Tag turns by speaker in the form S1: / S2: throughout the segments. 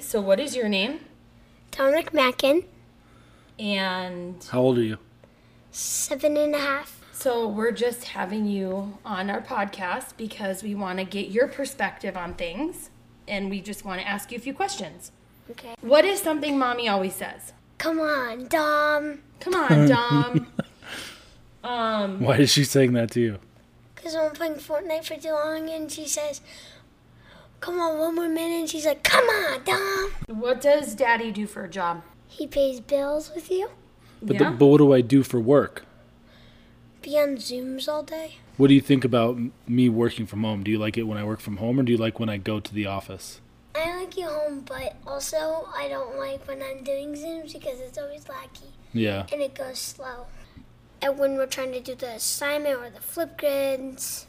S1: So, what is your name?
S2: Tom McMacken,
S1: And
S3: How old are you?
S2: seven and a half.
S1: so, we're just having you on our podcast because we want to get your perspective on things and we just want to ask you a few questions.
S2: Okay.
S1: What is something mommy always says?
S2: Come on, Dom.
S1: Come on, Dom. um,
S3: Why is she saying that to you?
S2: Because I'm playing Fortnite for too long, and she says, Come on, one more minute. And she's like, Come on, Dom.
S1: what does daddy do for a job?
S2: He pays bills with you.
S3: But,
S1: yeah.
S3: th- but what do I do for work?
S2: Be on Zooms all day.
S3: What do you think about m- me working from home? Do you like it when I work from home or do you like when I go to the office?
S2: I like you home, but also I don't like when I'm doing Zooms because it's always laggy
S3: Yeah.
S2: and it goes slow. And when we're trying to do the assignment or the flip grids,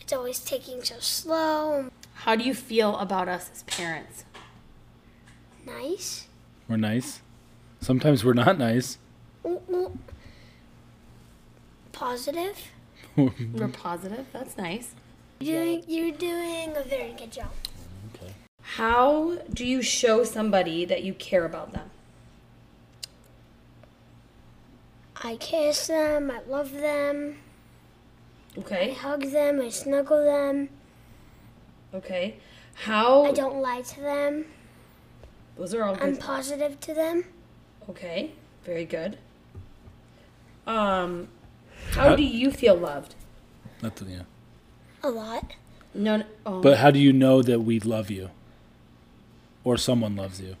S2: it's always taking so slow.
S1: How do you feel about us as parents?
S2: Nice.
S3: We're nice. Sometimes we're not nice.
S2: Ooh, ooh. Positive.
S1: We're positive. That's nice.
S2: You're doing, you're doing a very good job.
S1: How do you show somebody that you care about them?
S2: I kiss them, I love them, I
S1: Okay.
S2: hug them, I snuggle them,
S1: Okay.
S2: I
S1: How?
S2: don't lie to them,
S1: Those are all
S2: I'm
S1: good.
S2: positive to them.
S1: Okay. Very good. Um, how do you feel loved?
S3: That's, yeah.
S2: A lot.
S1: No. no oh,
S3: But how do you know that we love you? Or someone loves you?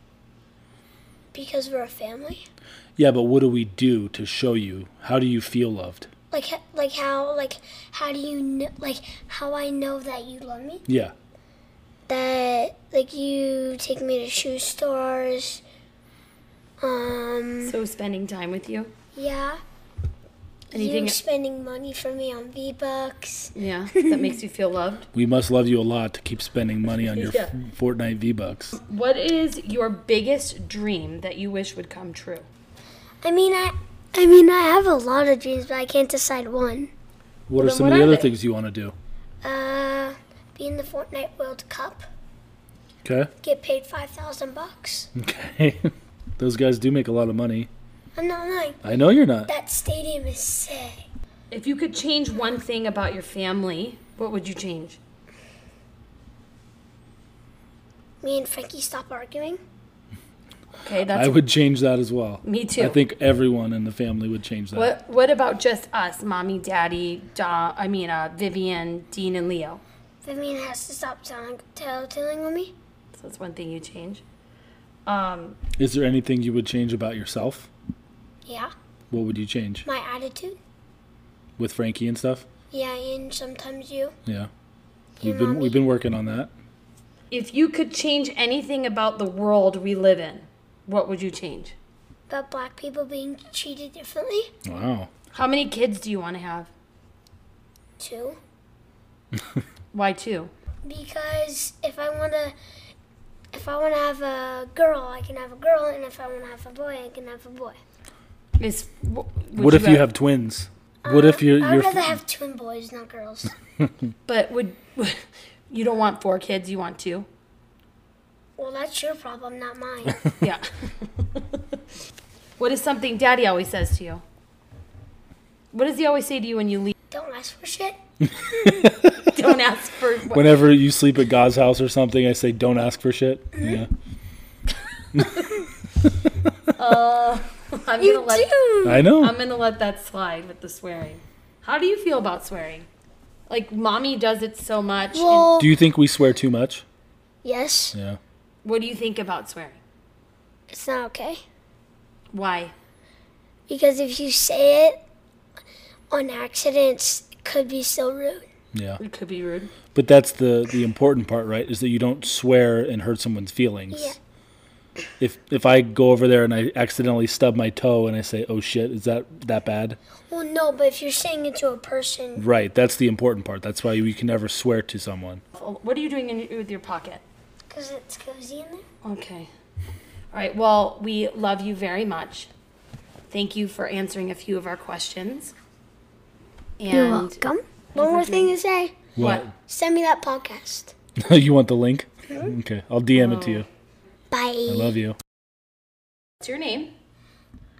S2: Because we're a family.
S3: Yeah, but what do we do to show you? How do you feel loved?
S2: Like, h- like how, like, how do you know, like, how I know that you love me?
S3: Yeah.
S2: That, like, you take me to shoe stores. Um,
S1: so spending time with you.
S2: yeah.
S1: Anything- e-,
S2: You spending money for me on V-Bucks.
S1: Yeah. that makes you feel loved.
S3: We must love you a lot to keep spending money on your
S1: Yeah.
S3: f- Fortnite V-Bucks.
S1: What is your biggest dream that you wish would come true?
S2: I mean, I, I mean, I have a lot of dreams, but I can't decide one.
S3: What are
S1: then
S3: some
S1: what
S3: of the
S1: are
S3: other
S1: they?
S3: things you want to do?
S2: Uh, be in the Fortnite World Cup,
S3: Okay.
S2: get paid five thousand bucks.
S3: Okay. Those guys do make a lot of money.
S2: I'm not lying.
S3: I know you're not.
S2: That stadium is sick.
S1: If you could change one thing about your family, what would you change?
S2: Me and Frankie stop arguing.
S1: Okay, that's
S3: I would change that as well.
S1: Me too.
S3: I think uh, everyone in the family would change that.
S1: What What about just us, mommy, daddy, da, I mean, uh, Vivian, Dean, and Leo?
S2: Vivian has to stop telling telling on me.
S1: So that's one thing you change. Um,
S3: Is there anything you would change about yourself?
S2: Yeah,
S3: What would you change
S2: my attitude.
S3: with Frankie and stuff?
S2: Yeah, and sometimes you.
S3: Yeah. We've been we've been working on that.
S1: if you could change anything about the world we live in, what would you change?
S2: About black people being treated differently.
S3: Wow.
S1: How many kids do you want to have?
S2: Two.
S1: Why two?
S2: Because if I wanna, if I wanna have a girl, I can have a girl, and if I wanna have a boy, I can have a boy.
S1: Is wh- would
S3: what if you have twins? what if you're,
S2: I'd
S3: you're
S2: rather have twin boys, not girls.
S1: But would you don't want four kids? You want two?
S2: well, that's your problem, not mine.
S1: Yeah. what is something daddy always says to you? What does he always say to you when you leave?
S2: Don't ask for shit.
S1: Don't ask for.
S3: whenever you sleep at God's house or something, I say don't ask for shit.
S1: Hmm?
S3: Yeah.
S1: I'm
S2: You
S1: gonna let
S2: do.
S3: I know.
S1: I'm gonna let that slide with the swearing. How do you feel about swearing? Like mommy does it so much. and-
S2: Well,
S3: Do you think we swear too much?
S2: yes,
S3: Yeah.
S1: what do you think about swearing?
S2: it's not okay
S1: Why?
S2: because if you say it on accident, it could be so rude.
S3: Yeah.
S1: It could be rude.
S3: But that's the the important part, right? Is that you don't swear and hurt someone's feelings.
S2: Yeah.
S3: If if I go over there and I accidentally stub my toe and I say, "Oh shit," is that that bad?
S2: Well, no, but if you're saying it to a person,
S3: Right. That's the important part. That's why we can never swear to someone.
S1: Oh, What are you doing in, with your pocket?
S2: because it's cozy in there.
S1: Okay. All right. Well, we love you very much. Thank you for answering a few of our questions. And
S2: One more thing to say.
S1: What?
S3: What?
S2: Send me that podcast.
S3: you want the link? Okay. I'll DM it to you. I
S2: Bye.
S3: love you.
S1: What's your name?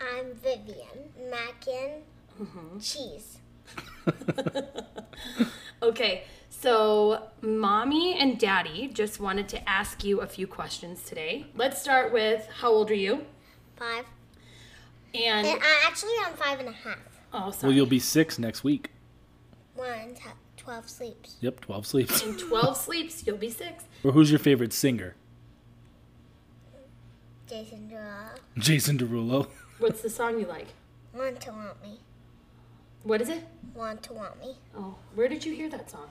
S2: I'm Vivian. Mac and Mm-hmm. cheese.
S1: Okay, so mommy and daddy just wanted to ask you a few questions today. Let's start with how old are you?
S2: Five.
S1: And
S2: I actually I'm five and a half.
S1: oh,
S3: Well,
S1: sorry.
S3: you'll be six next week.
S2: One, t- twelve sleeps.
S3: Yep, 12 sleeps.
S1: in 12 sleeps, you'll be six.
S3: Or who's your favorite singer?
S2: Jason uh, Derulo.
S3: Jason Derulo.
S1: What's the song you like?
S2: Want to want me.
S1: What is it?
S2: Want to want me.
S1: Oh, where did you hear that song?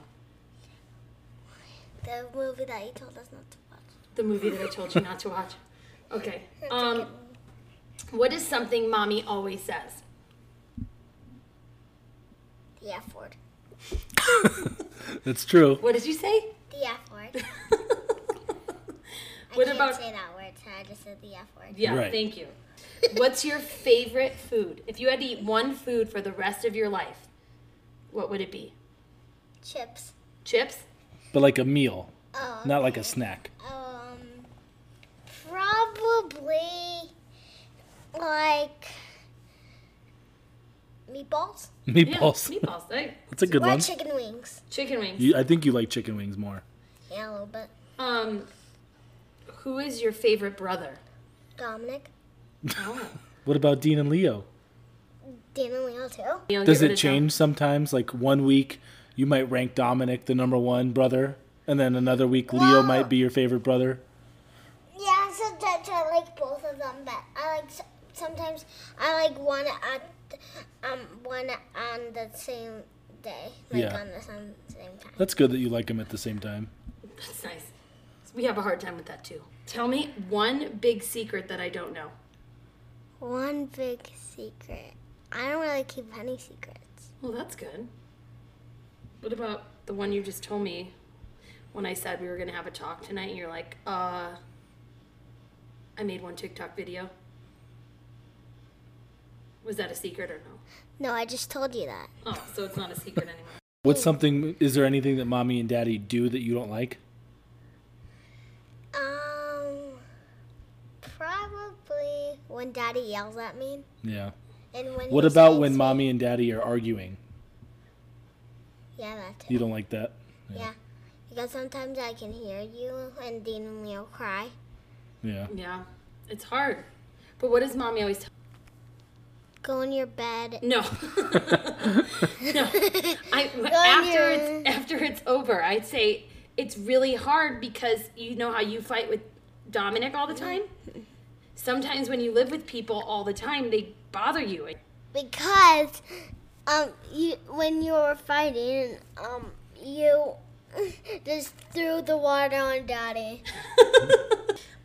S2: The movie that you told us not to watch.
S1: The movie that I told you not to watch. Okay. Um, what is something mommy always says?
S2: The F word.
S3: That's true.
S1: What did you say?
S2: The F word.
S1: what
S2: I can't
S1: about
S2: say that word, so I just said the F word.
S1: Yeah,
S3: Right.
S1: thank you. What's your favorite food? If you had to eat one food for the rest of your life, what would it be?
S2: Chips.
S1: Chips?
S3: But like a meal,
S2: Oh.
S3: not like a snack.
S2: Um, probably like meatballs
S1: Yeah,
S3: Meatballs.
S1: meatballs. Hey,
S3: That's a good
S2: or
S3: one.
S2: chicken wings.
S1: chicken wings.
S3: You, I think you like chicken wings more.
S2: Yeah, a little bit.
S1: Um, who is your favorite brother?
S2: Dominic,
S1: Oh.
S3: What about Dean and Leo?
S2: Dan and Leo too.
S1: Neil, get
S3: Does
S1: rid
S3: it
S1: of Dom.
S3: change sometimes? Like one week, you might rank Dominic the number one brother, and then another week, Leo
S2: Wow.
S3: might be your favorite brother.
S2: Yeah, sometimes I like both of them, but I like s- sometimes I like one at um one on the same day, like
S3: Yeah.
S2: on the same, same time.
S3: That's good that you like him at the same time.
S1: That's nice. We have a hard time with that too. Tell me one big secret that I don't know.
S2: One big secret. I don't really keep any secrets.
S1: Well, that's good. What about the one you just told me when I said we were going to have a talk tonight? And you're like, uh, I made one TikTok video. Was that a secret or no?
S2: No, I just told you that.
S1: Oh, so it's not a secret anymore.
S3: What's something? Is there anything that mommy and daddy do that you don't like?
S2: Um, probably when Daddy yells at me,
S3: Yeah.
S2: and when.
S3: What
S2: he
S3: about
S2: says-
S3: when mommy and daddy are arguing?
S2: Yeah, that too.
S3: You don't like that?
S2: yeah, because sometimes I can hear you and Dean and Leo cry.
S3: Yeah.
S1: Yeah, it's hard. But what does mommy always tell?
S2: Go in your bed.
S1: No. no. I, after
S2: Onion.
S1: it's after it's over, I'd say it's really hard because you know how you fight with Dominic all the time. Sometimes when you live with people all the time, they bother you.
S2: Because, um, you when you were fighting, um, you just threw the water on Daddy.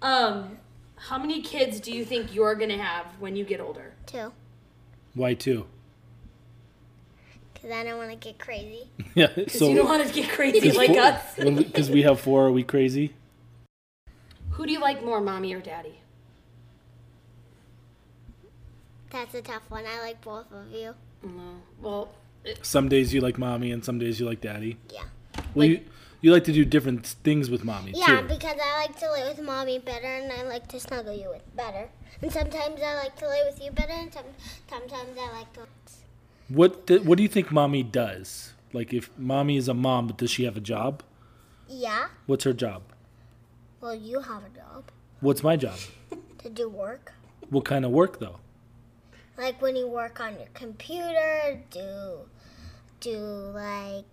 S1: um, how many kids do you think you're gonna have when you get older?
S2: too.
S3: Why two?
S2: Because I don't want to get crazy.
S3: Yeah.
S1: you don't
S3: So
S1: want to get crazy like us.
S3: because we have four, are we crazy?
S1: Who do you like more, mommy or daddy?
S2: That's a tough one. I like both of you.
S1: Mm, Well, it-
S3: Some days you like mommy, and some days you like daddy.
S2: Yeah.
S3: Well,
S1: Like-
S3: you you like to do different things with mommy
S2: Yeah,
S3: too.
S2: because I like to lay with mommy better, and I like to snuggle you with better. And sometimes I like to lay with you better, and some, sometimes I like to.
S3: What th- what do you think mommy does? Like if mommy is a mom, but does she have a job?
S2: Yeah.
S3: What's her job?
S2: Well, you have a job
S3: What's my job?
S2: to do work.
S3: What kind of work though?
S2: Like when you work on your computer, do, do like.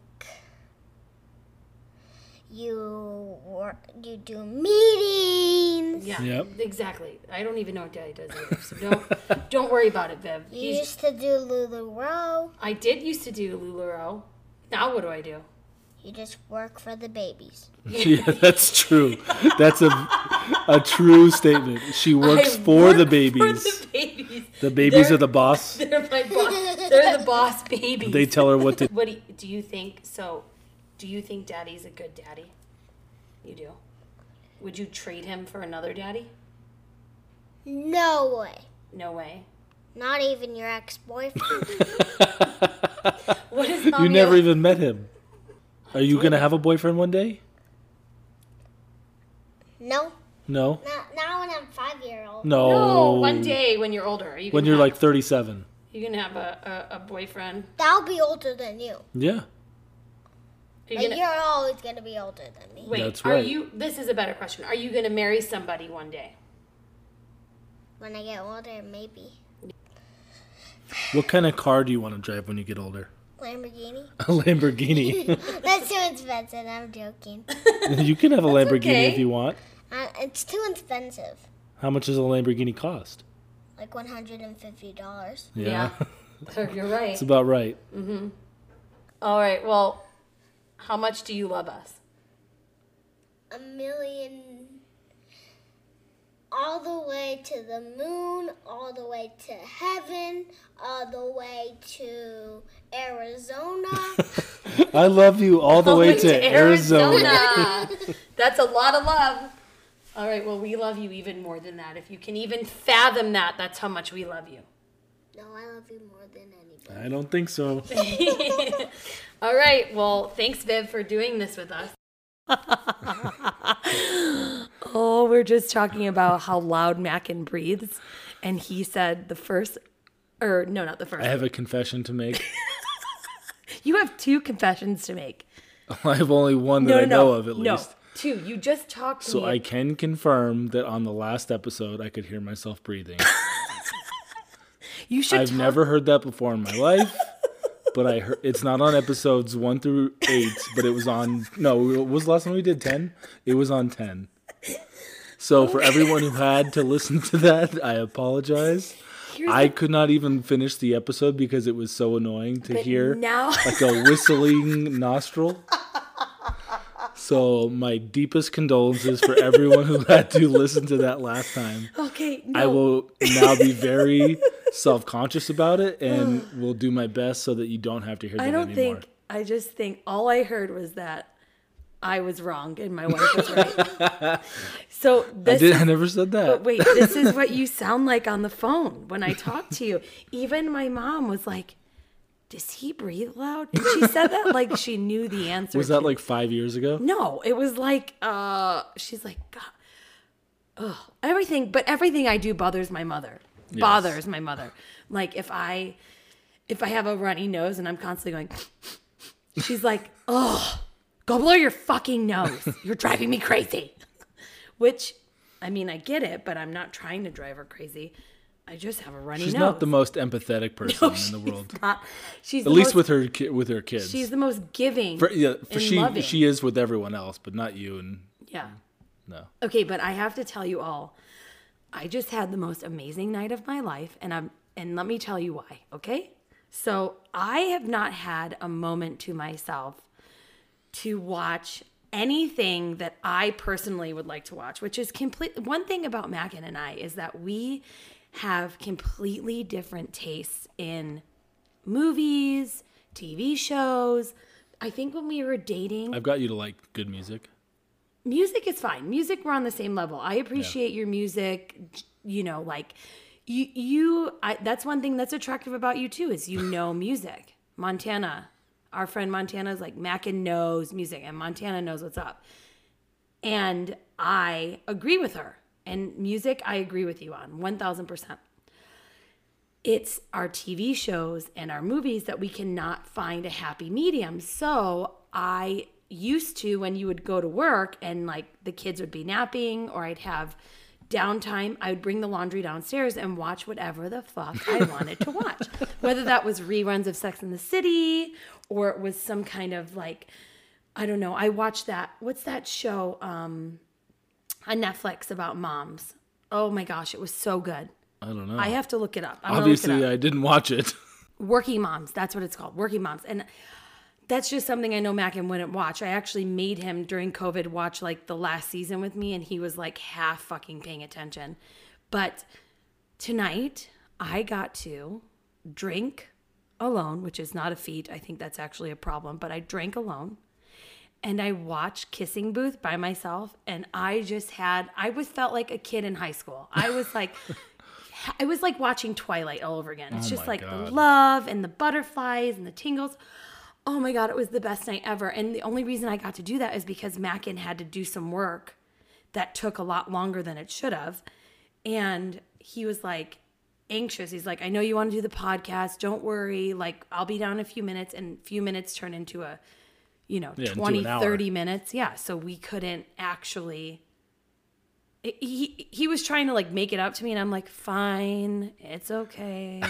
S2: You work. You do meetings.
S1: yeah,
S3: Yep.
S1: exactly. I don't even know what daddy does either, so don't don't worry about it, Viv.
S2: You
S1: He's-
S2: used to do Lululemon.
S1: I did used to do LuLaRoe. Now what do I do?
S2: You just work for the babies.
S3: yeah, that's true. That's a a true statement. She works
S1: I
S3: for
S1: work
S3: the babies.
S1: the babies.
S3: the babies
S1: They're-
S3: are the boss.
S1: They're my boss. They're the boss babies.
S3: They tell her what to.
S1: What do you, do you think? So, do you think daddy's a good daddy? You do. Would you trade him for another daddy?
S2: No way.
S1: No way.
S2: Not even your ex-boyfriend.
S1: What is
S3: You
S1: mommy? uh,
S3: never even met him. Are you gonna have a boyfriend one day?
S2: no.
S3: No.
S2: Not, not when I'm five year old.
S3: No.
S1: No, one day when you're older, you
S3: When
S1: can
S3: you're
S1: have-
S3: like 37.
S1: you can have a, a, a boyfriend.
S2: That'll be older than you.
S3: Yeah.
S1: Are you
S2: Like,
S1: gonna-
S2: you're always gonna be older than me.
S1: wait,
S3: That's
S1: are
S3: right.
S1: you? This is a better question. Are you going to marry somebody one day?
S2: When I get older, maybe
S3: What kind of car do you want to drive when you get older?
S2: Lamborghini.
S3: A Lamborghini.
S2: That's too expensive. I'm joking.
S3: you can have a Lamborghini
S1: okay.
S3: if you want.
S2: Uh, it's too expensive.
S3: How much does a Lamborghini cost?
S2: Like one hundred and fifty dollars.
S1: Yeah. You're right.
S3: It's about right.
S1: All right. Well, how much do you love us?
S2: A million. All the way to the moon, all the way to heaven, all the way to Arizona.
S3: I love you all the way
S1: Going
S3: to Arizona.
S1: Arizona. That's a lot of love. All right. Well, we love you even more than that. If you can even fathom that, that's how much we love you.
S2: no, I love you more than anybody.
S3: I don't think so.
S1: All right. Well, thanks, Viv, for doing this with us. oh, we're just talking about how loud Mackin breathes. And he said the first, or no, not the first.
S3: I have a confession to make.
S1: you have two confessions to make.
S3: I have only one that
S1: No,
S3: I
S1: no, no,
S3: know of at
S1: no.
S3: least.
S1: Two. You just talked to
S3: So
S1: me.
S3: I can confirm that on the last episode, I could hear myself breathing.
S1: you should.
S3: I've
S1: talk-
S3: never heard that before in my life. But I heard, it's not on episodes one through eight, but it was on no. What was the last one we did? Ten. It was on ten. So for everyone who had to listen to that, I apologize.
S1: Here's
S3: I could not even finish the episode because it was so annoying to
S1: But
S3: hear
S1: now-
S3: like a whistling nostril. So my deepest condolences for everyone who had to listen to that last time.
S1: Okay. No.
S3: I will now be very self-conscious about it and will do my best so that you don't have to hear that
S1: I don't
S3: anymore.
S1: think. I just think all I heard was that I was wrong and my wife was right. so
S3: I
S1: this
S3: did I never said that.
S1: Wait, this is what you sound like on the phone when I talk to you. Even my mom was like, "Does he breathe loud?" And she said that like she knew the answer.
S3: was
S1: to-
S3: that like 5 years ago?
S1: No, it was like uh she's like god ugh, everything but everything I do bothers my mother. Bothers my mother. Like if I if I have a runny nose and I'm constantly going she's like, "Ugh, go blow your fucking nose. You're driving me crazy." Which I mean, I get it, but I'm not trying to drive her crazy. I just have a runny
S3: She's
S1: nose.
S3: not the most empathetic person in the
S1: she's
S3: world.
S1: not. She's
S3: At least with her ki- with her kids.
S1: she's the most giving.
S3: For, yeah, for
S1: and
S3: she
S1: loving.
S3: she is with everyone else, but not you. And
S1: yeah.
S3: no,
S1: Okay, but I have to tell you all, I just had the most amazing night of my life, and I'm and let me tell you why, okay? So I have not had a moment to myself to watch anything that I personally would like to watch, which is complete one thing about Mackin and I is that we have completely different tastes in movies, TV shows. I think when we were dating,
S3: I've got you to like good music.
S1: music is fine. Music, we're on the same level. I appreciate your music. You know, like you, you. I, that's one thing that's attractive about you too is you know music. Montana, our friend Montana is like Mackin knows music, and Montana knows what's up. And I agree with her. And music, I agree with you on one thousand percent. It's our TV shows and our movies that we cannot find a happy medium. So I used to, when you would go to work and like the kids would be napping or I'd have downtime, I would bring the laundry downstairs and watch whatever the fuck I wanted to watch. Whether that was reruns of Sex in the City or it was some kind of like, I don't know. I watched that. What's that show um, on Netflix about moms? Oh my gosh, it was so good.
S3: I don't know.
S1: I have to look it up. I'm gonna look it up
S3: Obviously, I didn't watch it.
S1: working moms that's what it's called working moms and that's just something i know mackin wouldn't watch i actually made him during covid watch like the last season with me and he was like half fucking paying attention but tonight i got to drink alone which is not a feat i think that's actually a problem but i drank alone and i watched kissing booth by myself and i just had i was felt like a kid in high school i was like I was like watching Twilight all over again. It's
S3: Oh
S1: just
S3: my
S1: like the
S3: God.
S1: love and the butterflies and the tingles. Oh my God, it was the best night ever. And the only reason I got to do that is because Mackin had to do some work that took a lot longer than it should have. And he was like anxious. He's like, I know you want to do the podcast. Don't worry. Like, I'll be down in a few minutes. And few minutes turn into a, you know,
S3: Yeah, into
S1: twenty, thirty 20,
S3: an hour.
S1: 30 minutes. Yeah. So we couldn't actually. He, he was trying to like make it up to me and I'm like fine it's okay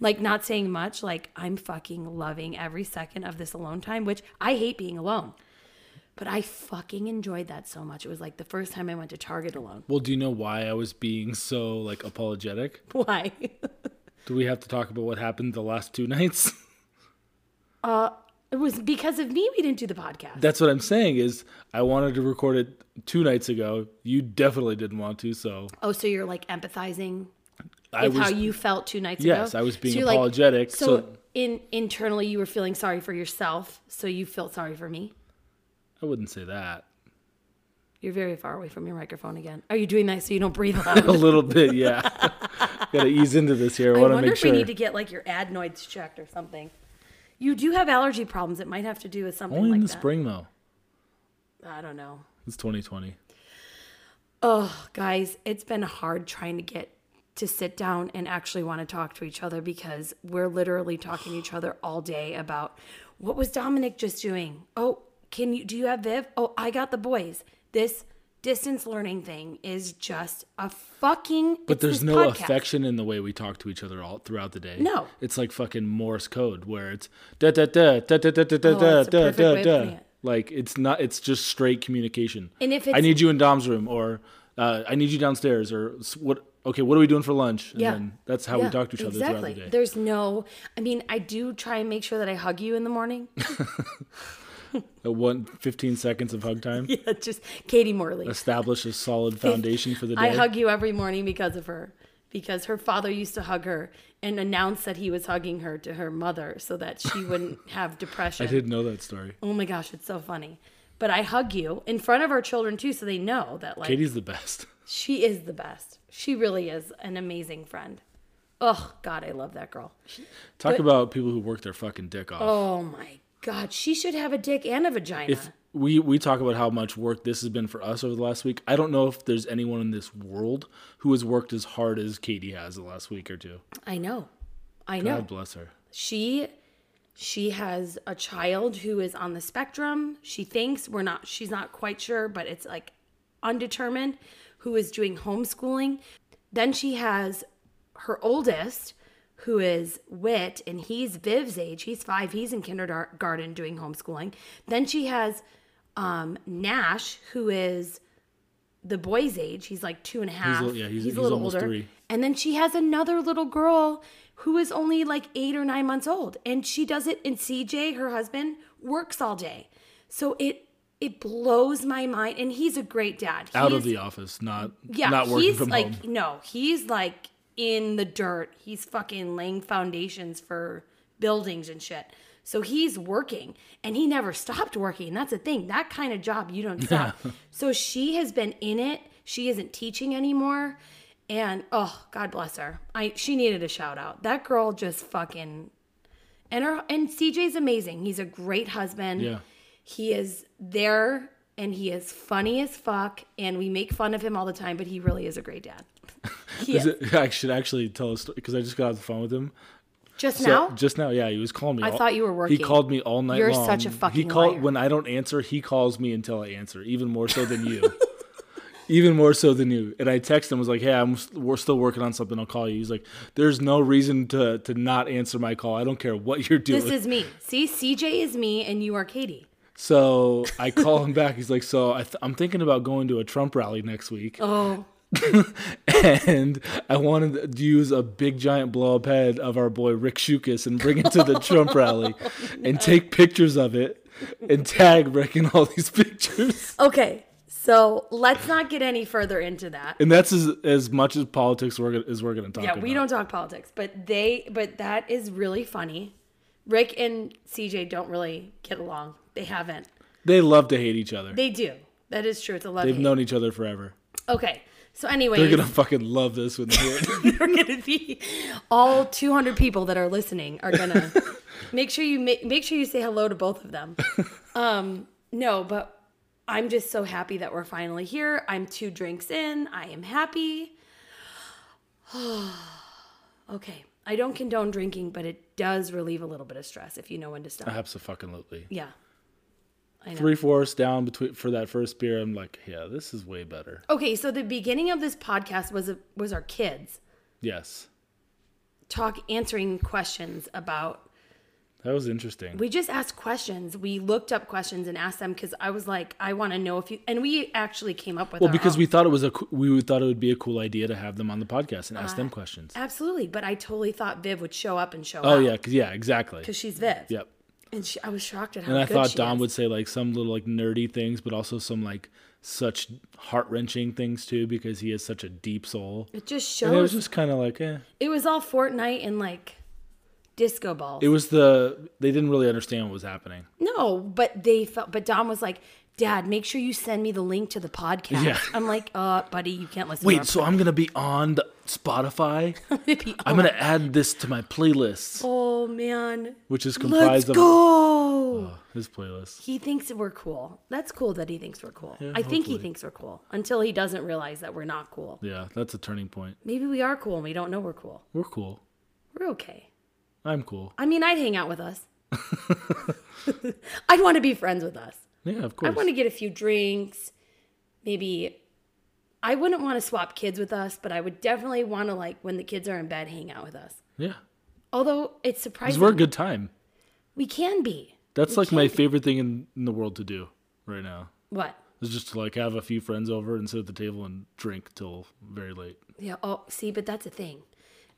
S1: like not saying much like I'm fucking loving every second of this alone time which I hate being alone but I fucking enjoyed that so much it was like the first time I went to Target alone
S3: Well, do you know why I was being so like apologetic?
S1: why
S3: Do we have to talk about what happened the last two nights?
S1: It was because of me we didn't do the podcast.
S3: That's what I'm saying is I wanted to record it two nights ago. You definitely didn't want to, so
S1: Oh, so you're like empathizing
S3: I
S1: with how
S3: was
S1: you felt two nights ago?
S3: Yes, I was being
S1: you're
S3: apologetic,
S1: so,
S3: so-
S1: in internally you were feeling sorry for yourself, so you felt sorry for me.
S3: I wouldn't say that.
S1: You're very far away from your microphone again. Are you doing that so you don't breathe loud?
S3: A little bit, yeah. Gotta ease into this here. I
S1: I
S3: wanna
S1: wonder
S3: make
S1: if
S3: sure.
S1: we need to get like your adenoids checked or something. You do have allergy problems. It might have to do with something
S3: Only
S1: like
S3: in the
S1: that.
S3: spring though.
S1: I don't know.
S3: It's twenty twenty.
S1: Oh, guys, it's been hard trying to get to sit down and actually want to talk to each other because we're literally talking to each other all day about what was Dominic just doing? Oh, can you do you have Viv? Oh, I got the boys. This distance learning thing is just a fucking
S3: But
S1: it's
S3: there's
S1: this
S3: no
S1: podcast.
S3: affection in the way we talk to each other all throughout the day.
S1: No.
S3: It's like fucking Morse code where it's da da da da da da da da
S1: Oh,
S3: da
S1: that's a
S3: da
S1: perfect way
S3: da
S1: of
S3: da.
S1: putting it.
S3: Like it's not it's just straight communication.
S1: And if
S3: I
S1: it's-
S3: need you in Dom's room or uh, I need you downstairs or s- what okay, what are we doing for lunch? And
S1: Yeah.
S3: then that's how we
S1: Yeah,
S3: talk to each other
S1: exactly.
S3: throughout the day.
S1: There's no I mean, I do try and make sure that I hug you in the morning.
S3: The one 15 seconds of hug time
S1: yeah, just Katie Morley.
S3: establish a solid foundation for the day.
S1: I hug you every morning because of her, because her father used to hug her and announce that he was hugging her to her mother so that she wouldn't have depression.
S3: I didn't know that story.
S1: Oh my gosh, it's so funny. But I hug you in front of our children too, so they know that like
S3: Katie's the best.
S1: she is the best. She really is an amazing friend. Oh God, I love that girl.
S3: Talk about people who work their fucking dick off.
S1: Oh my God, she should have a dick and a vagina.
S3: if we we talk about how much work this has been for us over the last week, I don't know if there's anyone in this world who has worked as hard as Katie has the last week or two.
S1: I know, I know.
S3: God bless her.
S1: she she has a child who is on the spectrum she thinks we're not she's not quite sure but it's like undetermined who is doing homeschooling then she has her oldest who is wit and he's viv's age he's five he's in kindergarten doing homeschooling then she has um nash who is the boy's age he's like two and a half
S3: yeah, he's- he's almost three.
S1: and then she has another little girl who is only like eight or nine months old. And she does it, and CJ, her husband, works all day. So it it blows my mind. And he's a great dad.
S3: Out of
S1: He's-
S3: the office, not
S1: yeah,
S3: not working
S1: he's
S3: from
S1: like
S3: home.
S1: no, he's like in the dirt. He's fucking laying foundations for buildings and shit. So he's working and he never stopped working. That's the thing. That kind of job you don't stop. so she has been in it. She isn't teaching anymore. And oh, God bless her. I she needed a shout out. That girl just fucking and her and CJ's amazing. He's a great husband.
S3: Yeah.
S1: He is there and he is funny as fuck and we make fun of him all the time, but he really is a great dad. He
S3: Is
S1: is.
S3: it- I should actually tell a story because I just got off the phone with him.
S1: Just
S3: So-
S1: now?
S3: just now, yeah, he was calling me. I
S1: thought you were
S3: He
S1: working.
S3: called me all night
S1: You're
S3: long.
S1: such a
S3: He
S1: fucking
S3: called
S1: liar.
S3: when I don't answer. He calls me until I answer, even more so than you. even more so than you. And I text him was like, "Hey, I'm s- we're still working on something. I'll call you." He's like, "There's no reason to to not answer my call. I don't care what you're doing."
S1: this is me. See, CJ is me and you are Katie.
S3: so I call him back. He's like, "So I th- I'm thinking about going to a Trump rally next week."
S1: Oh,
S3: and I wanted to use a big giant blow up head of our boy Rick Shukas and bring it to the Trump rally and take pictures of it and tag Rick in all these pictures.
S1: okay. So let's not get any further into that.
S3: And that's as, as much as politics we're, gonna- as we're going to talk
S1: Yeah,
S3: about.
S1: we don't talk politics, but they, but that is really funny. Rick and CJ don't really get along. They haven't.
S3: They love to hate each other.
S1: They do. That is true. It's a love.
S3: They've
S1: hate.
S3: known each other forever.
S1: Okay. So anyway,
S3: They're going to fucking love this when they hear it.
S1: they're gonna be all 200 people that are listening are gonna make sure you make, make sure you say hello to both of them. Um, no, but I'm just so happy that we're finally here. I'm two drinks in. I am happy. okay. I don't condone drinking, but it does relieve a little bit of stress if you know when to
S3: Uh-huh.
S1: stop.
S3: Absolutely.
S1: Yeah. I know.
S3: Three fourths down between for that first beer, I'm like, yeah, this is way better.
S1: Okay, so the beginning of this podcast was a, was our kids
S3: Yes.
S1: talk answering questions about
S3: That was interesting.
S1: we just asked questions. We looked up questions and asked them cuz I was like I want to know if you and we actually came up with
S3: well,
S1: our
S3: because
S1: own.
S3: we thought it was a co- we thought it would be a cool idea to have them on the podcast and
S1: Uh,
S3: ask them questions.
S1: Absolutely, but I totally thought Viv would show up and show
S3: Oh
S1: up.
S3: yeah, 'cause- yeah, exactly.
S1: because she's Viv.
S3: Yep.
S1: And she, I was shocked at how
S3: And I
S1: good
S3: thought
S1: she
S3: Dom
S1: is.
S3: would say like some little like nerdy things, but also some like such heart wrenching things too, because he has such a deep soul.
S1: It just
S3: And it was
S1: shows.
S3: just kind of like, eh.
S1: It was all Fortnite and like disco balls.
S3: It was the they didn't really understand what was happening.
S1: no, but they felt. But Dom was like, "Dad, make sure you send me the link to the podcast."
S3: Yeah.
S1: I'm like, "Uh, buddy, you can't listen."
S3: Wait, so I'm gonna be on the Spotify.
S1: to our-
S3: I'm gonna add this to my playlists,
S1: oh man,
S3: which is
S1: let's
S3: comprised of
S1: go.
S3: Oh, his playlist.
S1: he thinks that we're cool. That's cool that he thinks we're cool. I think he thinks we're cool until he doesn't realize that we're not cool.
S3: Yeah, that's a turning point.
S1: Maybe we are cool and we don't know we're cool.
S3: We're cool.
S1: We're okay.
S3: I'm cool.
S1: I mean, I'd hang out with us. I'd want to be friends with us.
S3: Yeah, of
S1: I
S3: course.
S1: want to get a few drinks. Maybe I wouldn't want to swap kids with us, but I would definitely want to like when the kids are in bed, hang out with us.
S3: yeah,
S1: Although it's
S3: because
S1: surprising
S3: we're a good time.
S1: we can be.
S3: That's like my favorite thing in, in the world to do right now.
S1: What?
S3: Is just to like have a few friends over and sit at the table and drink till very late.
S1: Yeah. Oh, see, but that's a thing.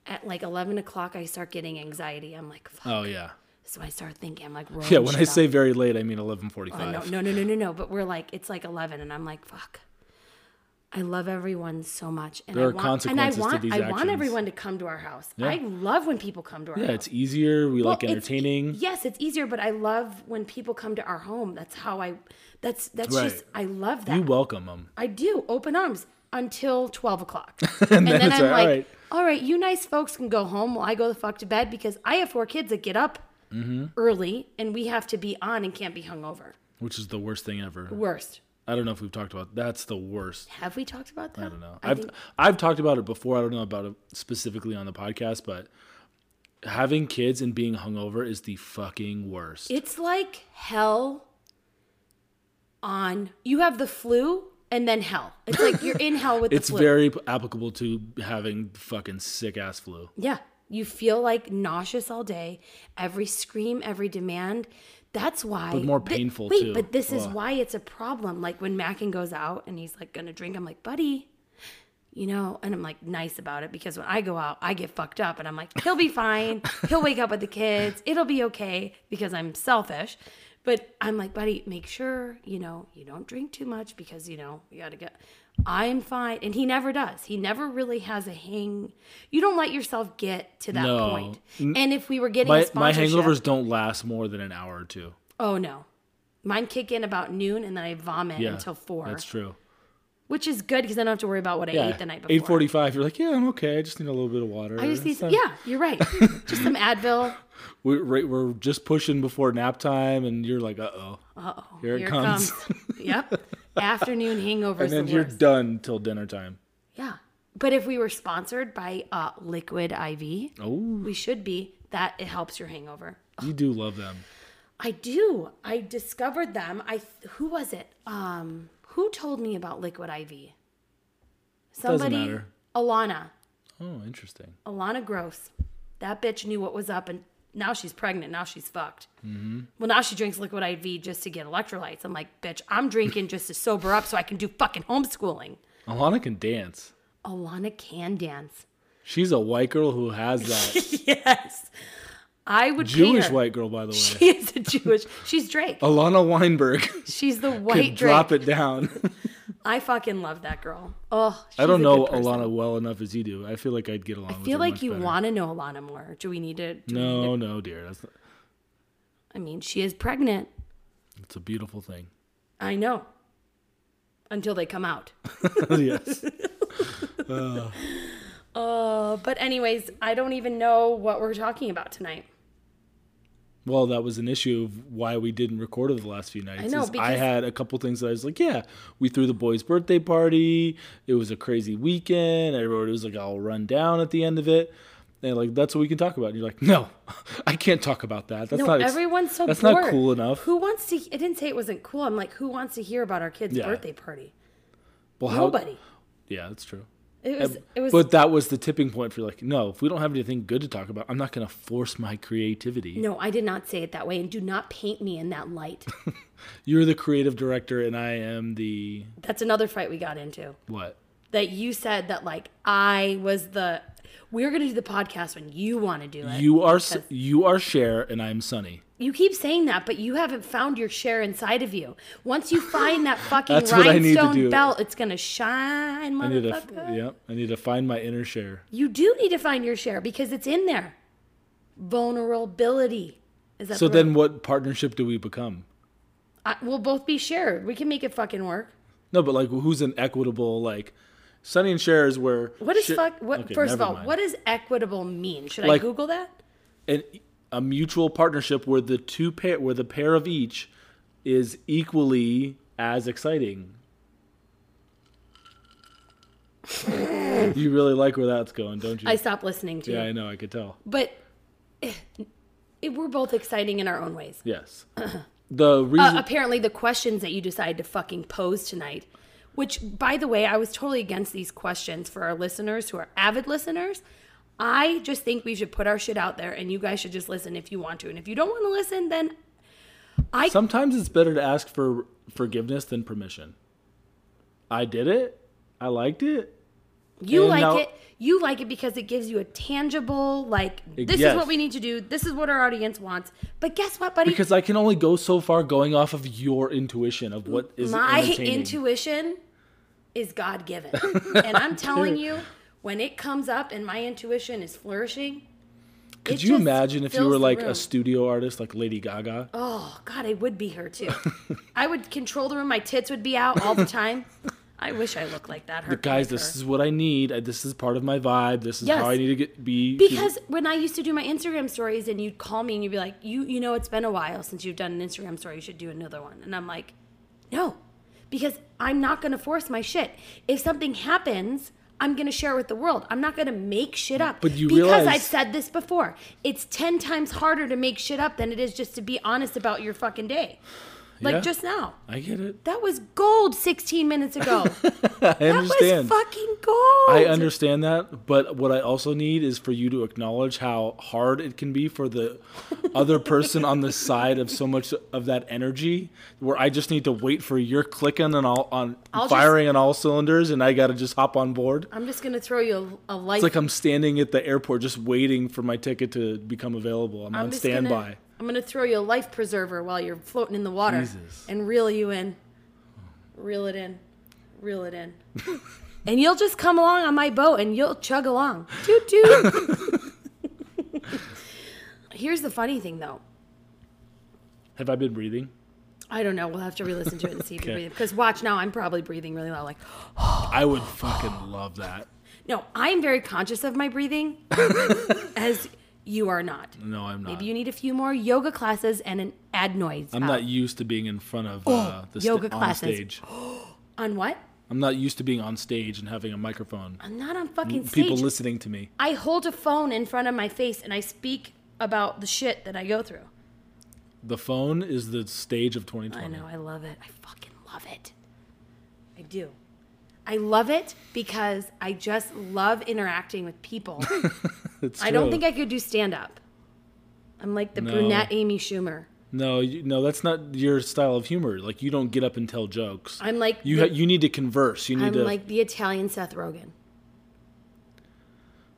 S1: At like eleven o'clock, I start getting anxiety. I'm like, Fuck.
S3: Oh yeah,
S1: so I start thinking. I'm like, rolling
S3: yeah. When
S1: shit
S3: I
S1: up.
S3: say very late, I mean eleven forty-five.
S1: Uh, no, no, no, no, no, no. But we're like, it's like 11, and I'm like, fuck. I love everyone so much, and
S3: There
S1: I
S3: are
S1: want,
S3: consequences
S1: and
S3: to
S1: I want,
S3: these
S1: I want
S3: actions.
S1: everyone to come to our house. I love when people come to our
S3: Yeah,
S1: house.
S3: it's easier. We
S1: Well,
S3: like
S1: it's- e-,
S3: entertaining.
S1: yes, it's easier, but I love when people come to our home. That's how I. That's that's
S3: Right.
S1: just I love that.
S3: You welcome them.
S1: I do open arms until 12 o'clock, and, then,
S3: it's
S1: I'm like,
S3: like, all right.
S1: all right, you nice folks can go home while I go the fuck to bed because I have four kids that get up
S3: Mm-hmm.
S1: early, and we have to be on and can't be hungover.
S3: which is the worst thing ever.
S1: Worst.
S3: I don't know if we've talked about that's the worst.
S1: Have we talked about that?
S3: I don't know.
S1: I
S3: I've
S1: think,
S3: I've talked about it before. I don't know about it specifically on the podcast, but having kids and being hungover is the fucking worst.
S1: it's like hell on. You have the flu and then hell. It's like you're in hell with
S3: It's
S1: the flu.
S3: very p- applicable to having fucking sick ass flu.
S1: yeah. You feel like nauseous all day, every scream, every demand. That's why. But
S3: more painful,
S1: wait,
S3: too.
S1: but this is
S3: Ugh.
S1: why it's a problem. Like when Mackin goes out and he's like gonna drink, I'm like, buddy, you know, and I'm like nice about it because when I go out, I get fucked up and I'm like, he'll be fine. he'll wake up with the kids. It'll be okay because I'm selfish. But I'm like, buddy, make sure, you know, you don't drink too much because, you know, you got to get. I'm fine. And he never does. He never really has a hang. You don't let yourself get to that
S3: No.
S1: point. And if we were getting a
S3: My my
S1: sponsorship,
S3: hangovers don't last more than an hour or two.
S1: Oh, no. Mine kick in about noon and then I vomit
S3: Yeah,
S1: until four,
S3: That's true.
S1: which is good because I don't have to worry about what I ate the night before.
S3: eight forty-five. You're like, yeah, I'm okay. I just need a little bit of water.
S1: I just need,
S3: It's not-
S1: yeah, you're right. Just some Advil.
S3: We're, right, we're just pushing before nap time, and you're like, uh oh.
S1: Uh oh.
S3: Here it comes.
S1: yep. Afternoon hangovers.
S3: And then
S1: the
S3: you're
S1: worst.
S3: done till dinner time.
S1: Yeah. But if we were sponsored by uh, Liquid IV,
S3: Oh,
S1: we should be. That it helps your hangover.
S3: you do love them.
S1: I do. I discovered them. I who was it? Um, who told me about Liquid IV? Somebody.
S3: matter.
S1: Alana.
S3: Oh, interesting.
S1: Alana Gross. That bitch knew what was up, and now she's pregnant. Now she's fucked.
S3: Mm-hmm.
S1: Well, now she drinks liquid IV just to get electrolytes. I'm like, bitch, I'm drinking just to sober up so I can do fucking homeschooling.
S3: Alana can dance.
S1: Alana can dance.
S3: She's a white girl who has that
S1: yes. I would
S3: Jewish
S1: pay her.
S3: white girl, by the way.
S1: She is a Jewish. She's Drake.
S3: Alana Weinberg
S1: She's the
S3: could
S1: white Drake.
S3: drop it down.
S1: I fucking love that girl. Oh,
S3: I don't
S1: she's a
S3: know
S1: good person.
S3: Alana well enough as you do. I feel like I'd get along.
S1: I
S3: with
S1: feel
S3: her
S1: like
S3: much
S1: you
S3: better.
S1: want to know Alana more. Do we need to? Do we need
S3: No,
S1: to-
S3: no, dear. That's not-
S1: I mean, she is pregnant.
S3: it's a beautiful thing.
S1: I know. Until they come out.
S3: yes.
S1: Uh, but anyways, I don't even know what we're talking about tonight.
S3: Well, that was an issue of why we didn't record it the last few nights.
S1: I know,
S3: is I
S1: because-
S3: had a couple things that I was like, yeah, we threw the boys' birthday party. It was a crazy weekend. Everybody was like, I'll run down at the end of it. And like, that's what we can talk about. And you're like, no, I can't talk about that. That's
S1: No,
S3: not ex-
S1: everyone's so
S3: That's
S1: bored.
S3: not cool enough.
S1: Who wants to? I didn't say it wasn't cool. I'm like, who wants to hear about our kid's
S3: Yeah.
S1: birthday party?
S3: well,
S1: Nobody.
S3: Yeah, that's true.
S1: It was. It was.
S3: but that was the tipping point for like, no, if we don't have anything good to talk about, I'm not going to force my creativity.
S1: no, I did not say it that way, and do not paint me in that light.
S3: You're the creative director, and I am the
S1: That's another fight we got into.
S3: what?
S1: That you said that like I was the. We are gonna do the podcast when you want to do it.
S3: You are S- you are Cher, and I am Sunny.
S1: You keep saying that, but you haven't found your share inside of you. Once you find that fucking
S3: That's what I need to
S1: rhinestone
S3: do.
S1: belt, it's gonna shine,
S3: I need to f-
S1: motherfucker.
S3: yeah, I need to find my inner Cher.
S1: You do need to find your share because it's in there. Vulnerability. Is that
S3: So
S1: the right-
S3: then, what partnership do we become?
S1: I, we'll both be shared. We can make it fucking work.
S3: No, but like, who's an equitable like? Sunny and Cher is where
S1: What is
S3: Cher-
S1: fuck? What
S3: Okay,
S1: first of
S3: never
S1: all,
S3: mind.
S1: what does equitable mean? Should
S3: Like-
S1: I Google that?
S3: an, a mutual partnership where the two pair where the pair of each is equally as exciting. you really like where that's going, don't you?
S1: I stopped listening to
S3: yeah,
S1: you.
S3: I know. I could tell.
S1: But eh, it, we're both exciting in our own ways.
S3: Yes. The reason
S1: Uh, apparently, the questions that you decide to fucking pose tonight, which, by the way, I was totally against these questions for our listeners who are avid listeners. I just think we should put our shit out there and you guys should just listen if you want to. And if you don't want to listen, then
S3: sometimes it's better to ask for forgiveness than permission. I did it. I liked it.
S1: you
S3: And
S1: like
S3: now-
S1: it. You like it because it gives you a tangible, like, this is
S3: yes.
S1: what we need to do. This is what our audience wants. But guess what, buddy?
S3: Because I can only go so far going off of your intuition of what is
S1: my
S3: entertaining.
S1: intuition is God given. and I'm telling you, when it comes up and my intuition is flourishing,
S3: Could
S1: it
S3: you
S1: just
S3: imagine if you
S1: fills
S3: were
S1: the
S3: like
S1: room.
S3: a studio artist, like Lady Gaga?
S1: Oh God, I would be her too. I would control the room. My tits would be out all the time. I wish I looked like that. Her
S3: Guys,
S1: like her.
S3: this is what I need. I- This is part of my vibe. This is
S1: Yes.
S3: how I need to get be.
S1: because when I used to do my Instagram stories, and you'd call me and you'd be like, "You, you know, it's been a while since you've done an Instagram story. You should do another one." And I'm like, "No," because I'm not going to force my shit. If something happens. I'm gonna share it with the world. I'm not gonna make shit up.
S3: But you
S1: because
S3: realize-
S1: I've said this before. It's ten times harder to make shit up than it is just to be honest about your fucking day. Like
S3: Yeah.
S1: just now.
S3: I get it.
S1: That was gold 16 minutes ago.
S3: I
S1: that was
S3: understand.
S1: fucking gold.
S3: I understand that, but what I also need is for you to acknowledge how hard it can be for the other person on the side of so much of that energy. Where I just need to wait for your clicking and all on
S1: I'll just-
S3: firing on all cylinders, and I got to just hop on board.
S1: I'm just going to throw you a, a life.
S3: It's like I'm standing at the airport just waiting for my ticket to become available. I'm, on
S1: just gonna-
S3: standby.
S1: I'm going to throw you a life preserver while you're floating in the water
S3: Jesus.
S1: and reel you in. Reel it in. Reel it in. and you'll just come along on my boat and you'll chug along. Toot toot. Here's the funny thing though.
S3: Have I been breathing?
S1: I don't know. We'll have to re-listen to it and see if you're
S3: Okay.
S1: breathing. Because watch now, I'm probably breathing really loud. Like,
S3: I would fucking love that.
S1: No, I am very conscious of my breathing, as you are not.
S3: No, I'm not.
S1: Maybe you need a few more yoga classes and an adenoids.
S3: I'm not used to being in front of uh, the sta-
S1: Oh, yoga
S3: on
S1: classes.
S3: stage.
S1: on what?
S3: I'm not used to being on stage and having a microphone.
S1: I'm not on fucking stage.
S3: People listening to me.
S1: I hold a phone in front of my face and I speak about the shit that I go through.
S3: The phone is the stage of 2020.
S1: I know. I love it. I fucking love it. I do. I love it because I just love interacting with people.
S3: It's
S1: I don't
S3: true.
S1: think I could do stand up. I'm like the
S3: No.
S1: brunette Amy Schumer.
S3: No, you, no, that's not your style of humor. Like you don't get up and tell jokes.
S1: I'm like
S3: you.
S1: the-
S3: ha- you need to converse. You need
S1: I'm
S3: to.
S1: like the Italian Seth Rogen.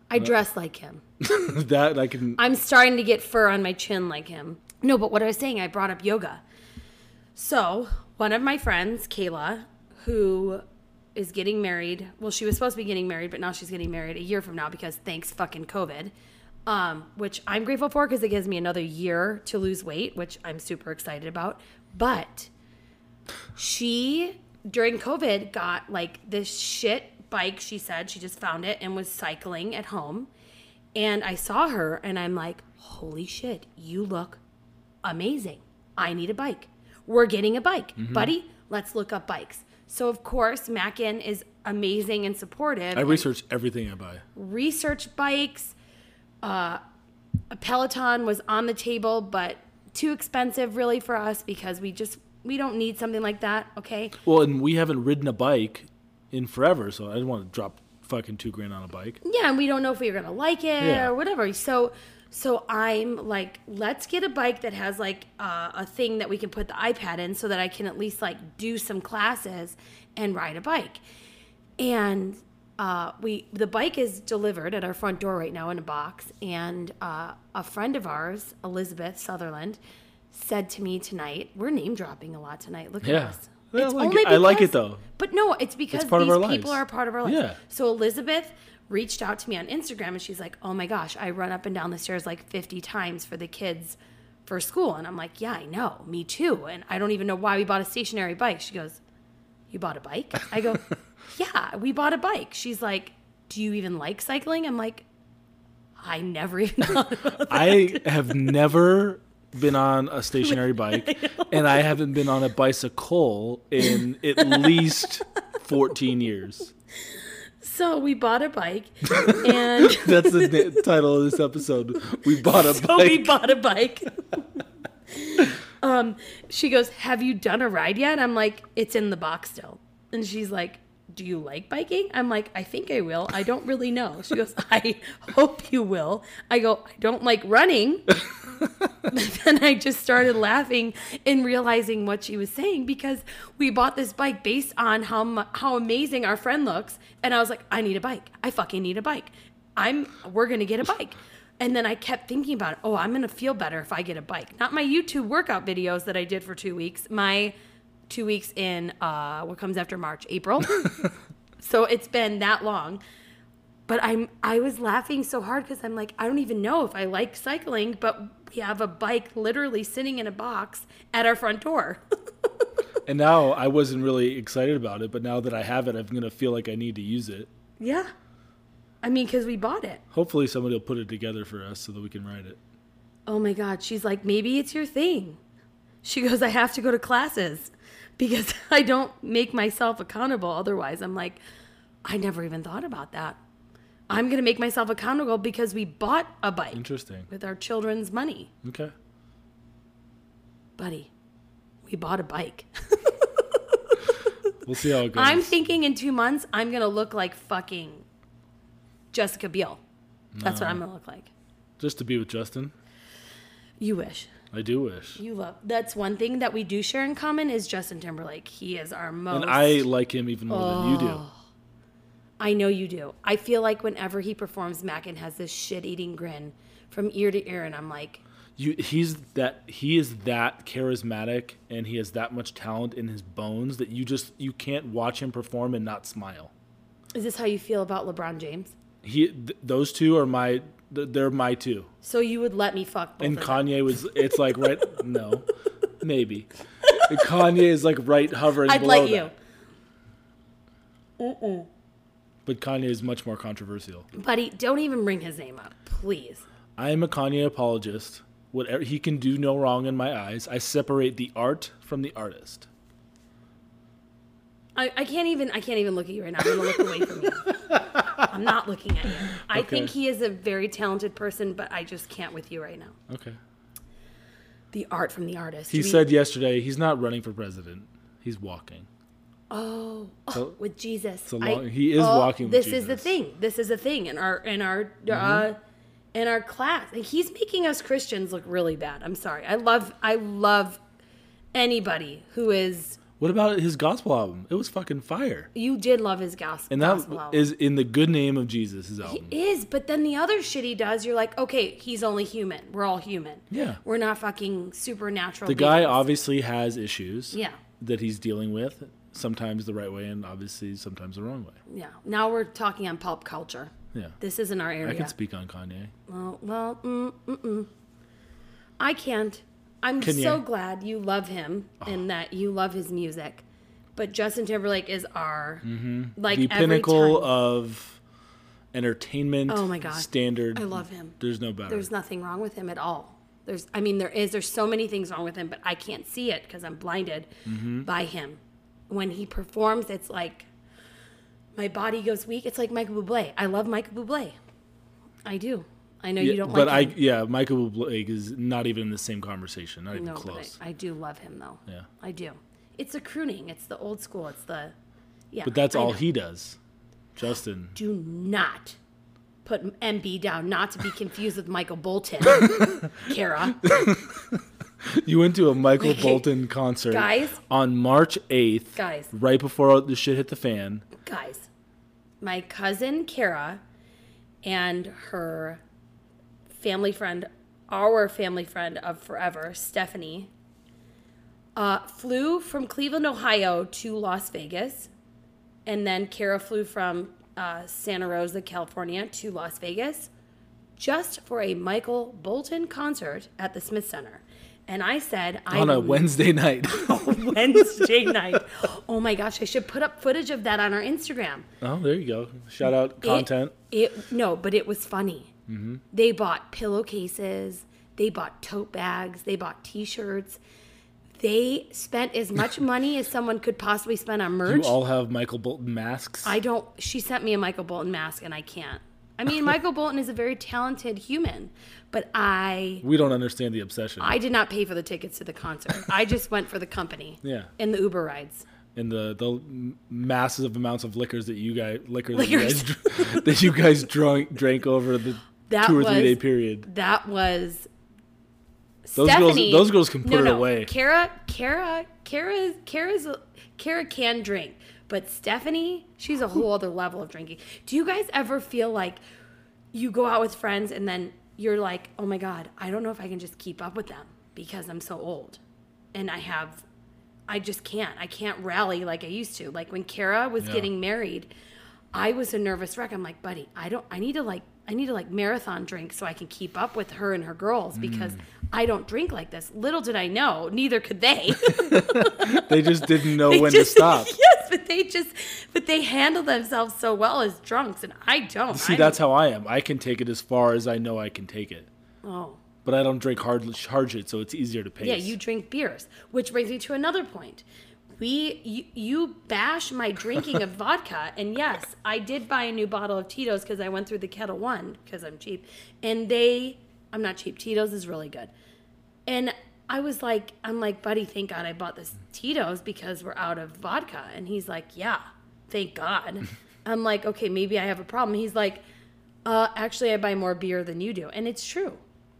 S1: I dress like him.
S3: that I can.
S1: I'm starting to get fur on my chin like him. No, but what I was saying, I brought up yoga. So, one of my friends, Kayla, who is getting married, well, she was supposed to be getting married, but now she's getting married a year from now because thanks fucking COVID, um, which I'm grateful for because it gives me another year to lose weight, which I'm super excited about. But she during COVID got like this shit bike. She said she just found it and was cycling at home. And I saw her and I'm like, holy shit, you look amazing. I need a bike. We're getting a bike. Buddy, let's look up bikes. So, of course, Mackin is amazing and supportive.
S3: I
S1: and
S3: research everything I buy.
S1: research bikes. Uh, a Peloton was on the table, but too expensive really for us because we just we don't need something like that. Okay,
S3: Well, and we haven't ridden a bike in forever, so I didn't want to drop fucking two grand on a bike.
S1: yeah, and we don't know if we are gonna like it
S3: Yeah.
S1: or whatever. So, so I'm like, let's get a bike that has like uh, a thing that we can put the iPad in, so that I can at least like do some classes and ride a bike. And uh, we the bike is delivered at our front door right now in a box. And uh, a friend of ours, Elizabeth Sutherland, said to me tonight, "We're name dropping a lot tonight. Look
S3: Yeah.
S1: at us."
S3: I like it. I like it, though.
S1: But no, it's because
S3: part of
S1: these
S3: our
S1: people
S3: lives.
S1: are a part of our lives.
S3: Yeah.
S1: So Elizabeth reached out to me on Instagram and she's like, "Oh my gosh, I run up and down the stairs like 50 times for the kids for school." And I'm like, "Yeah, I know. Me too." And I don't even know why we bought a stationary bike. She goes, "You bought a bike?" I go, "Yeah, we bought a bike." She's like, "Do you even like cycling?" I'm like, "I never even thought about that."
S3: I have never been on a stationary bike, and I haven't been on a bicycle in at least 14 years.
S1: So we bought a bike and
S3: That's the na- title of this episode. We bought a
S1: so
S3: bike.
S1: we bought a bike. um, she goes, "Have you done a ride yet?" I'm like, "It's in the box still." And she's like, "Do you like biking?" I'm like, "I think I will. I don't really know." She goes, "I hope you will." I go, "I don't like running." But then I just started laughing and realizing what she was saying because we bought this bike based on how mu- how amazing our friend looks, and I was like, I need a bike. I fucking need a bike. I'm we're gonna get a bike. And then I kept thinking about it. Oh, I'm gonna feel better if I get a bike. Not my YouTube workout videos that I did for two weeks. My two weeks in uh, what comes after March, April. so it's been that long but I'm I was laughing so hard because I'm like I don't even know if I like cycling, but we have a bike literally sitting in a box at our front door.
S3: And now I wasn't really excited about it, but now that I have it, I'm going to feel like I need to use it.
S1: yeah, I mean because we bought it.
S3: Hopefully, somebody will put it together for us so that we can ride it.
S1: Oh my God, she's like maybe it's your thing. She goes, I have to go to classes because I don't make myself accountable. Otherwise, I'm like, I never even thought about that. I'm gonna make myself accountable because we bought a bike
S3: Interesting.
S1: with our children's money,
S3: Okay.
S1: buddy. We bought a bike.
S3: We'll see how it goes.
S1: I'm thinking in two months I'm gonna look like fucking Jessica Biel. That's what I'm gonna look like.
S3: Just to be with Justin,
S1: You wish.
S3: I do wish.
S1: You love. That's one thing that we do share in common is Justin Timberlake. He is our most.
S3: And I like him even more than you do.
S1: I know you do. I feel like whenever he performs, Mackin has this shit-eating grin from ear to ear, and I'm like,
S3: you he's that he is that charismatic and he has that much talent in his bones that you just you can't watch him perform and not smile
S1: "Is this how you feel about LeBron James?"
S3: he th- those two are my th- they're my two
S1: So you would let me fuck both
S3: and
S1: of them.
S3: kanye was it's like right no maybe And kanye is like right hovering
S1: I'd
S3: below
S1: let you,
S3: that. but kanye is much more controversial
S1: buddy. Don't even bring his name up, please.
S3: i am a kanye apologist whatever he can do no wrong in my eyes i separate the art from the artist
S1: I, I can't even I can't even look at you right now. I'm gonna look away from you. I'm not looking at you. I
S3: Okay.
S1: think he is a very talented person, but I just can't with you right now.
S3: okay
S1: The art from the artist.
S3: he
S1: We-
S3: said yesterday he's not running for president he's walking
S1: "Oh, oh,
S3: So-
S1: with Jesus." oh,
S3: a long- he is walking with
S1: This is the
S3: Jesus. Mm-hmm.
S1: thing. This is the thing in our in our uh, in our class. Like, he's making us Christians look really bad. I'm sorry. I love I love anybody who is.
S3: What about his gospel album? It was fucking fire.
S1: You did love his gospel.
S3: And that is
S1: gospel album.
S3: in the good name of Jesus' his
S1: He
S3: album.
S1: is, but then the other shit he does, you're like, okay, he's only human. We're all human.
S3: Yeah.
S1: We're not fucking supernatural.
S3: the guy
S1: beings.
S3: obviously has issues
S1: Yeah.
S3: that he's dealing with, sometimes the right way and obviously sometimes the wrong way.
S1: Yeah. Now we're talking on pop culture.
S3: Yeah.
S1: This isn't our
S3: I
S1: area.
S3: can speak on Kanye.
S1: Well, well, mm, mm-mm. I can't. I'm
S3: Can
S1: so
S3: you?
S1: glad you love him and that you love his music. But Justin Timberlake is our like
S3: Mm-hmm. The
S1: every
S3: pinnacle
S1: time.
S3: of entertainment
S1: Oh my God.
S3: standard.
S1: I love him.
S3: There's no better.
S1: There's nothing wrong with him at all. There's, I mean, there is. There's so many things wrong with him, but I can't see it because I'm blinded
S3: Mm-hmm.
S1: by him. When he performs, it's like my body goes weak. It's like Michael Bublé. I love Michael Bublé. I do. I know you
S3: Yeah,
S1: don't
S3: but
S1: like
S3: I,
S1: him.
S3: yeah, Michael Blake is not even in the same conversation. Not even
S1: no,
S3: close.
S1: but I, I do love him though.
S3: Yeah.
S1: I do. It's the crooning. It's the old school. It's the yeah.
S3: but that's
S1: I
S3: all
S1: know.
S3: he does. Justin.
S1: Do not put MB down. Not to be confused with Michael Bolton. Kara.
S3: You went to a Michael
S1: Wait.
S3: Bolton concert
S1: Guys?
S3: on March 8th,
S1: Guys.
S3: right before the shit hit the fan.
S1: guys, my cousin Kara and her family friend, our family friend of forever, Stephanie, uh, flew from Cleveland, Ohio to Las Vegas. And then Kara flew from uh, Santa Rosa, California to Las Vegas just for a Michael Bolton concert at the Smith Center. And I said, I
S3: on a
S1: will
S3: Wednesday night. Oh,
S1: Wednesday night. Oh my gosh, I should put up footage of that on our Instagram.
S3: oh, there you go. Shout out
S1: It-
S3: content. Mm-hmm.
S1: It, no, but it was funny. They bought pillowcases, they bought tote bags, they bought T-shirts. They spent as much money as someone could possibly spend on
S3: you
S1: merch.
S3: all have Michael Bolton masks.
S1: I don't. She sent me a Michael Bolton mask, and I can't. I mean, Michael Bolton is a very talented human, but I
S3: we don't understand the obsession.
S1: I did not pay for the tickets to the concert. I just went for the company.
S3: Yeah.
S1: And the Uber rides.
S3: and the the m- massive amounts of liquors that you guys liquor
S1: Liquors.
S3: that you guys, dr- that you guys drunk drank over the
S1: That
S3: two or
S1: was-
S3: three day period.
S1: That was
S3: Those girls-
S1: Stephanie.
S3: those girls can put
S1: no,
S3: it
S1: no.
S3: away.
S1: Kara, Kara, Kara, Kara's, Kara can drink, but Stephanie, she's a whole other level of drinking. Do you guys ever feel like you go out with friends and then you're like, oh my god, I don't know if I can just keep up with them because I'm so old, and I have, I just can't. I can't rally like I used to. Like when Kara was
S3: Yeah.
S1: getting married, I was a nervous wreck. I'm like, buddy, I don't. I need to like. I need to like marathon drink so I can keep up with her and her girls because
S3: Mm.
S1: I don't drink like this. Little did I know, neither could they.
S3: They just didn't know
S1: They
S3: when
S1: just-
S3: to stop.
S1: yes, but they just, but they handle themselves so well as drunks, and I don't.
S3: See,
S1: I'm-
S3: that's how I am. I can take it as far as I know I can take it,
S1: Oh,
S3: but I don't drink hard hard shit, so it's easier to pace.
S1: yeah, you drink beers, which brings me to another point. We, you, you bash my drinking of vodka, and yes, I did buy a new bottle of Tito's because I went through the Kettle One because I'm cheap, and they, I'm not cheap. Tito's is really good. And I was like, I'm like, buddy, thank God I bought this Tito's because we're out of vodka. And he's like, yeah, thank God. I'm like, okay, maybe I have a problem. He's like, uh, actually, I buy more beer than you do. And it's true.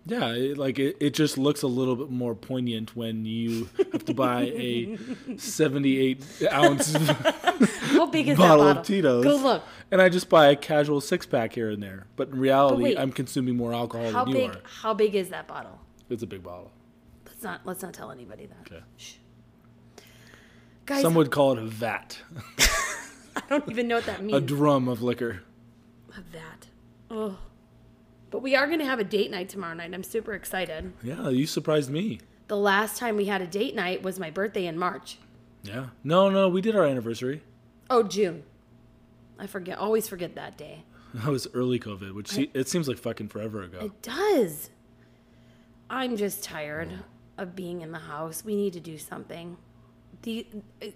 S3: Yeah, it, like it, it just looks a little bit more poignant when you have to buy a 78 ounce
S1: How big is
S3: bottle
S1: that
S3: of Tito's.
S1: Go look.
S3: And I just buy a casual six pack here and there. But in reality,
S1: wait.
S3: I'm consuming more alcohol
S1: How
S3: than Oh, you
S1: big?
S3: are.
S1: How big is that bottle?
S3: It's a big bottle.
S1: Let's not. Let's not tell anybody that.
S3: Okay.
S1: Shh. Guys,
S3: Some would call it a vat,
S1: I don't even know what that means.
S3: a drum of liquor.
S1: of that. Oh. But we are going to have a date night tomorrow night. I'm super excited.
S3: Yeah, you surprised me.
S1: The last time we had a date night was my birthday in March.
S3: Yeah. No, no, we did our anniversary.
S1: Oh, June. I forget. Always forget that day.
S3: That was early COVID, which se- it seems like fucking forever ago.
S1: It does. I'm just tired of being in the house. We need to do something. The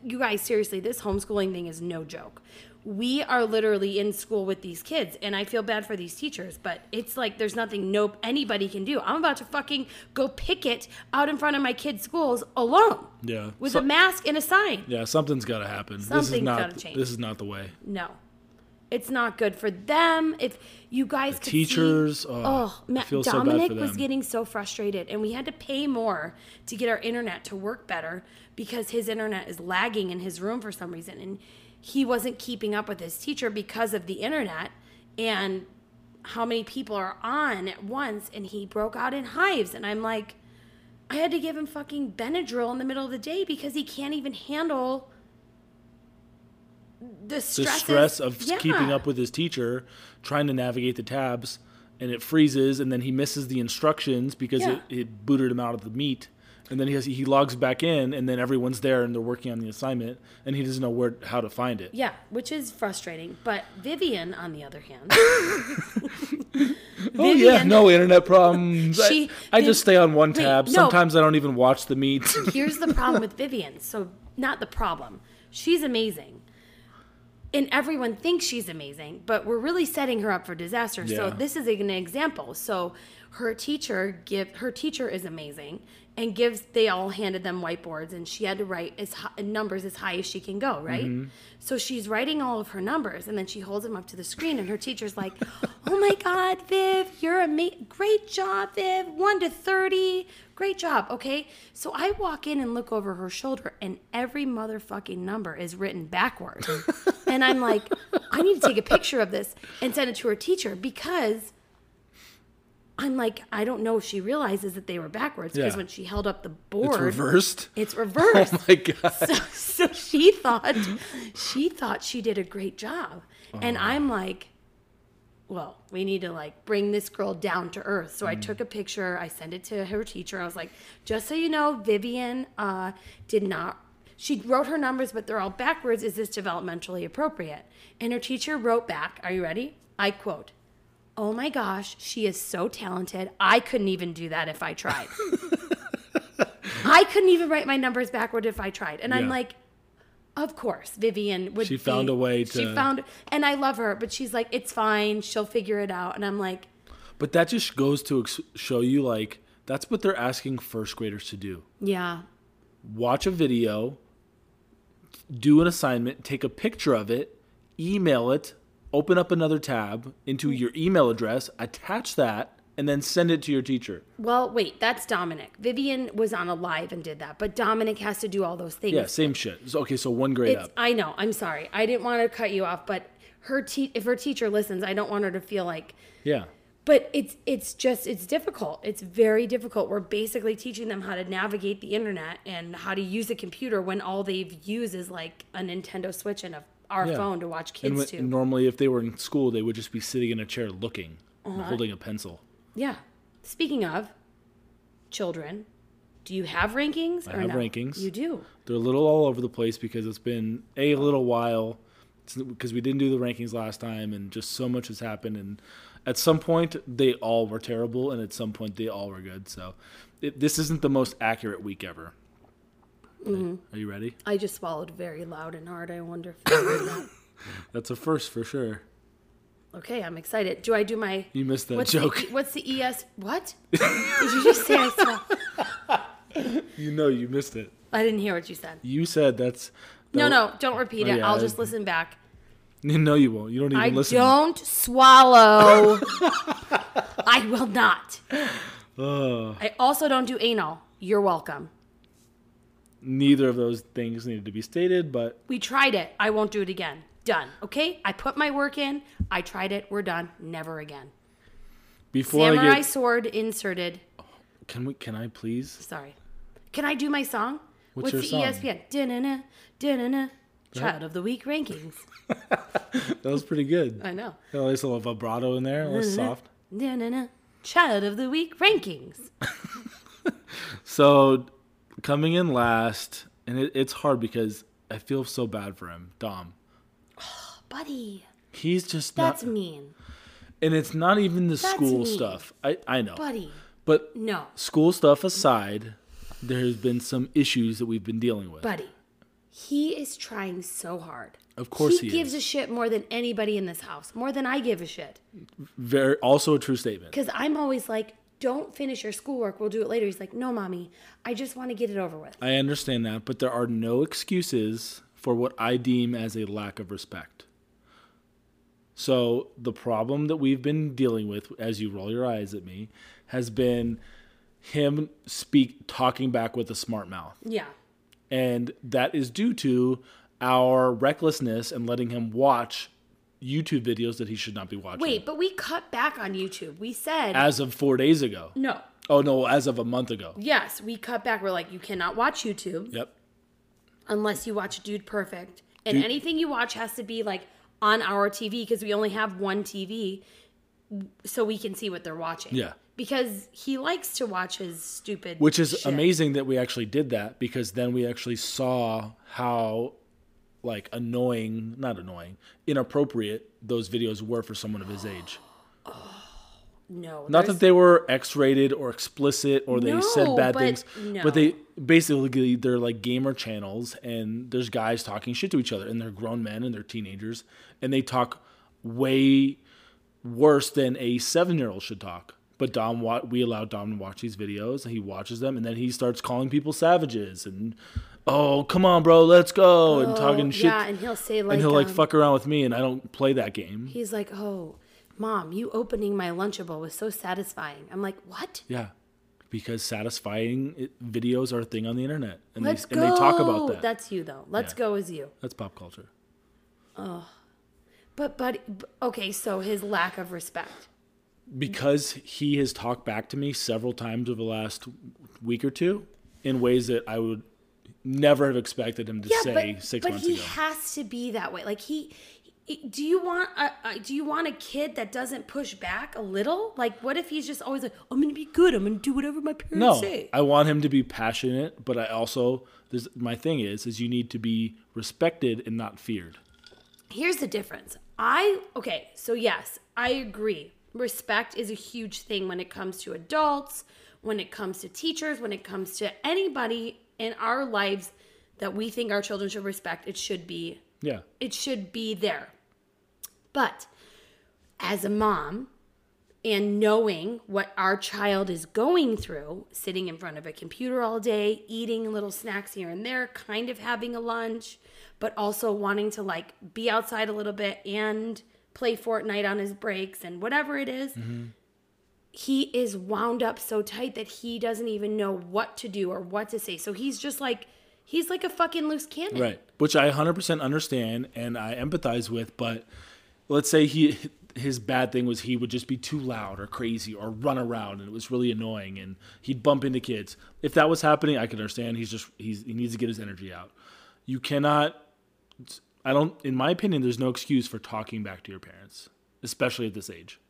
S1: you guys seriously, this homeschooling thing is no joke. We are literally in school with these kids, and I feel bad for these teachers, but it's like there's nothing nope anybody can do. I'm about to fucking go picket out in front of my kids' schools alone
S3: yeah.
S1: with
S3: So-
S1: a mask and a sign.
S3: yeah, something's got to happen. this is
S1: Something's
S3: not
S1: gotta change.
S3: this is not the way.
S1: No. It's not good for them. If you guys could see-
S3: teachers, oh, I
S1: Ma-
S3: feel so bad for
S1: Dominic was
S3: them.
S1: getting so frustrated, and we had to pay more to get our internet to work better because his internet is lagging in his room for some reason, and he wasn't keeping up with his teacher because of the internet and how many people are on at once, and he broke out in hives, and I'm like, I had to give him fucking Benadryl in the middle of the day because he can't even handle the
S3: the
S1: stress,
S3: stress of keeping up with his teacher, trying to navigate the tabs, and it freezes, and then he misses the instructions because
S1: Yeah.
S3: it, it booted him out of the meet. And then he has, he logs back in, and then everyone's there, and they're working on the assignment, and he doesn't know where how to find it.
S1: Yeah, which is frustrating. But Vivian, on the other hand,
S3: Oh yeah, no internet problems.
S1: She-
S3: I, I
S1: Viv-
S3: just stay on one tab.
S1: no.
S3: Sometimes I don't even watch the meet.
S1: Here's the problem with Vivian. So, not the problem. She's amazing. And everyone thinks she's amazing, but we're really setting her up for disaster. So,
S3: Yeah.
S1: this is an example. So, her teacher give her teacher is amazing and gives they all handed them whiteboards and she had to write as hi- numbers as high as she can go, right? So she's writing all of her numbers and then she holds them up to the screen and her teacher's like, "Oh my god, Viv, you're a great job, Viv. 1 to 30. Great job." Okay? So I walk in and look over her shoulder and every motherfucking number is written backwards. and I'm like, "I need to take a picture of this and send it to her teacher because I'm like, I don't know if she realizes that they were backwards because
S3: Yeah.
S1: when she held up the board,
S3: It's reversed.
S1: It's
S3: Oh
S1: reversed.
S3: my god.
S1: so, so she thought she thought she did a great job, and I'm like, well, we need to like bring this girl down to earth. So I took a picture. I sent it to her teacher. I was like, just so you know, Vivian uh, did not. She wrote her numbers, but they're all backwards. Is this developmentally appropriate? And her teacher wrote back. Are you ready? I quote. Oh my gosh, she is so talented. I couldn't even do that if I tried. I couldn't even write my numbers backward if I tried. And I'm
S3: Yeah.
S1: like, of course, Vivian would.
S3: She
S1: be-
S3: found a way
S1: She
S3: to-
S1: found, and I love her, but she's like, it's fine. She'll figure it out. And I'm like,
S3: But that just goes to ex- show you like that's what they're asking first graders to do.
S1: yeah,
S3: Watch a video, do an assignment, take a picture of it, email it, open up another tab into your email address, attach that, and then send it to your teacher.
S1: Well, wait, that's Dominic. Vivian was on a live and did that, but Dominic has to do all those things.
S3: Yeah, same shit. So- okay, so one grade
S1: It's,
S3: up.
S1: I know. I'm sorry. I didn't want to cut you off, but her te- if her teacher listens, I don't want her to feel like.
S3: Yeah.
S1: But it's it's just it's difficult. It's very difficult. We're basically teaching them how to navigate the internet and how to use a computer when all they've used is like a Nintendo Switch and a our
S3: Yeah.
S1: phone to watch
S3: And
S1: kids
S3: wh-
S1: to.
S3: normally, if they were in school, they would just be sitting in a chair looking,
S1: Uh-huh.
S3: and holding a pencil.
S1: Yeah. Speaking of children, do you have rankings
S3: I
S1: or
S3: have
S1: no?
S3: rankings.
S1: You do.
S3: They're a little all over the place because it's been a little while because we didn't do the rankings last time, and just so much has happened. And at some point, they all were terrible, and at some point, they all were good. So it, this isn't the most accurate week ever.
S1: Mm-hmm.
S3: Are you ready?
S1: I just swallowed very loud and hard. I wonder if. you heard that.
S3: That's a first for sure.
S1: okay, I'm excited. Do I do my.
S3: You missed that
S1: What's
S3: joke.
S1: The, E, what's the ES? What? Did you just say I swallowed?
S3: you know you missed it.
S1: I didn't hear what you said.
S3: You said that's.
S1: No, no, don't repeat
S3: Oh,
S1: it.
S3: yeah,
S1: I'll
S3: I-
S1: just listen back.
S3: No, you won't. You don't even
S1: I
S3: listen.
S1: don't swallow. I will not.
S3: Oh.
S1: I also don't do anal. You're welcome.
S3: Neither of those things needed to be stated, but
S1: We tried it. I won't do it again. Done. Okay? I put my work in. I tried it. We're done. Never again.
S3: before I
S1: Samurai
S3: get,
S1: sword inserted.
S3: can we? Can I please?
S1: Sorry. Can I do my song?
S3: What's
S1: the E
S3: your song?
S1: ESPN? Da-na-na, da-na-na. Child of the Week rankings.
S3: That was pretty good.
S1: I know.
S3: Got a nice little vibrato in there, a little
S1: Mm-hmm.
S3: soft.
S1: Da-na-na. Child of the Week rankings.
S3: So coming in last, and it, it's hard because I feel so bad for him, Dom.
S1: Buddy,
S3: He's just
S1: that's
S3: not,
S1: mean.
S3: and it's not even the
S1: That's
S3: school
S1: mean.
S3: stuff. I I know,
S1: Buddy,
S3: but
S1: no.
S3: school stuff aside, there has been some issues that we've been dealing with.
S1: Buddy, he is trying so hard.
S3: Of course he
S1: gives
S3: is.
S1: a shit more than anybody in this house, more than I give a shit.
S3: Very also a true statement.
S1: Because I'm always like, don't finish your schoolwork. We'll do it later. He's like, no, mommy. I just want to get it over with.
S3: I understand that, but there are no excuses for what I deem as a lack of respect. So, the problem that we've been dealing with as you roll your eyes at me has been him speak talking back with a smart mouth.
S1: Yeah.
S3: And that is due to our recklessness and letting him watch YouTube videos that he should not be watching.
S1: Wait, but we cut back on YouTube. We said,
S3: As of 4 days ago.
S1: no.
S3: Oh no, as of a month ago.
S1: Yes, we cut back. We're like, you cannot watch YouTube.
S3: Yep.
S1: unless you watch Dude Perfect. And
S3: Dude-
S1: anything you watch has to be like on our TV because we only have one TV so we can see what they're watching.
S3: Yeah.
S1: Because he likes to watch his stupid
S3: which is
S1: shit.
S3: amazing that we actually did that because then we actually saw how like annoying not annoying inappropriate those videos were for someone of his age
S1: no.
S3: Not
S1: there's-
S3: that they were X-rated or explicit or they said
S1: No,
S3: bad
S1: but
S3: things,
S1: no.
S3: but they basically they're like gamer channels, and there's guys talking shit to each other, and they're grown men and they're teenagers, and they talk way worse than a seven-year-old should talk. But Dom, wa- we allow Dom to watch these videos, and he watches them, and then he starts calling people savages and, oh come on, bro, let's go, and talking shit,
S1: Oh, Yeah, and
S3: and,
S1: he'll say like,
S3: he'll like
S1: um,
S3: fuck around with me, and I don't play that game.
S1: He's like, oh, mom, you opening my Lunchable was so satisfying. I'm like, what?
S3: Yeah, because satisfying it- videos are a thing on the internet, and,
S1: Let's
S3: they,
S1: go.
S3: Mm, and they talk about that.
S1: That's you though. Let's
S3: Yeah.
S1: go is you.
S3: That's pop culture.
S1: But but okay, so his lack of respect.
S3: Because he has talked back to me several times over the last week or two in ways that I would never have expected him to say six
S1: but
S3: months
S1: he
S3: ago.
S1: has to be that way. Like he, he- do you want a, a do you want a kid that doesn't push back a little? Like what if he's just always like, I'm gonna be good. I'm gonna do whatever my parents
S3: no,
S1: say.
S3: I want him to be passionate, but I also this, my thing is is you need to be respected and not feared.
S1: Here's the difference. I okay, so yes, I agree. Respect is a huge thing when it comes to adults, when it comes to teachers, when it comes to anybody in our lives that we think our children should respect. It should be
S3: Yeah,
S1: it should be there. But as a mom and knowing what our child is going through, sitting in front of a computer all day, eating little snacks here and there, kind of having a lunch, but also wanting to like be outside a little bit and play Fortnite on his breaks and whatever it is, He is wound up so tight that he doesn't even know what to do or what to say. So he's just like, he's like a fucking loose cannon.
S3: Right. Which I 100% understand and I empathize with, but let's say he his bad thing was he would just be too loud or crazy or run around and it was really annoying and he'd bump into kids. If that was happening, I could understand. He's just he's he needs to get his energy out. You cannot I don't in my opinion there's no excuse for talking back to your parents, especially at this age.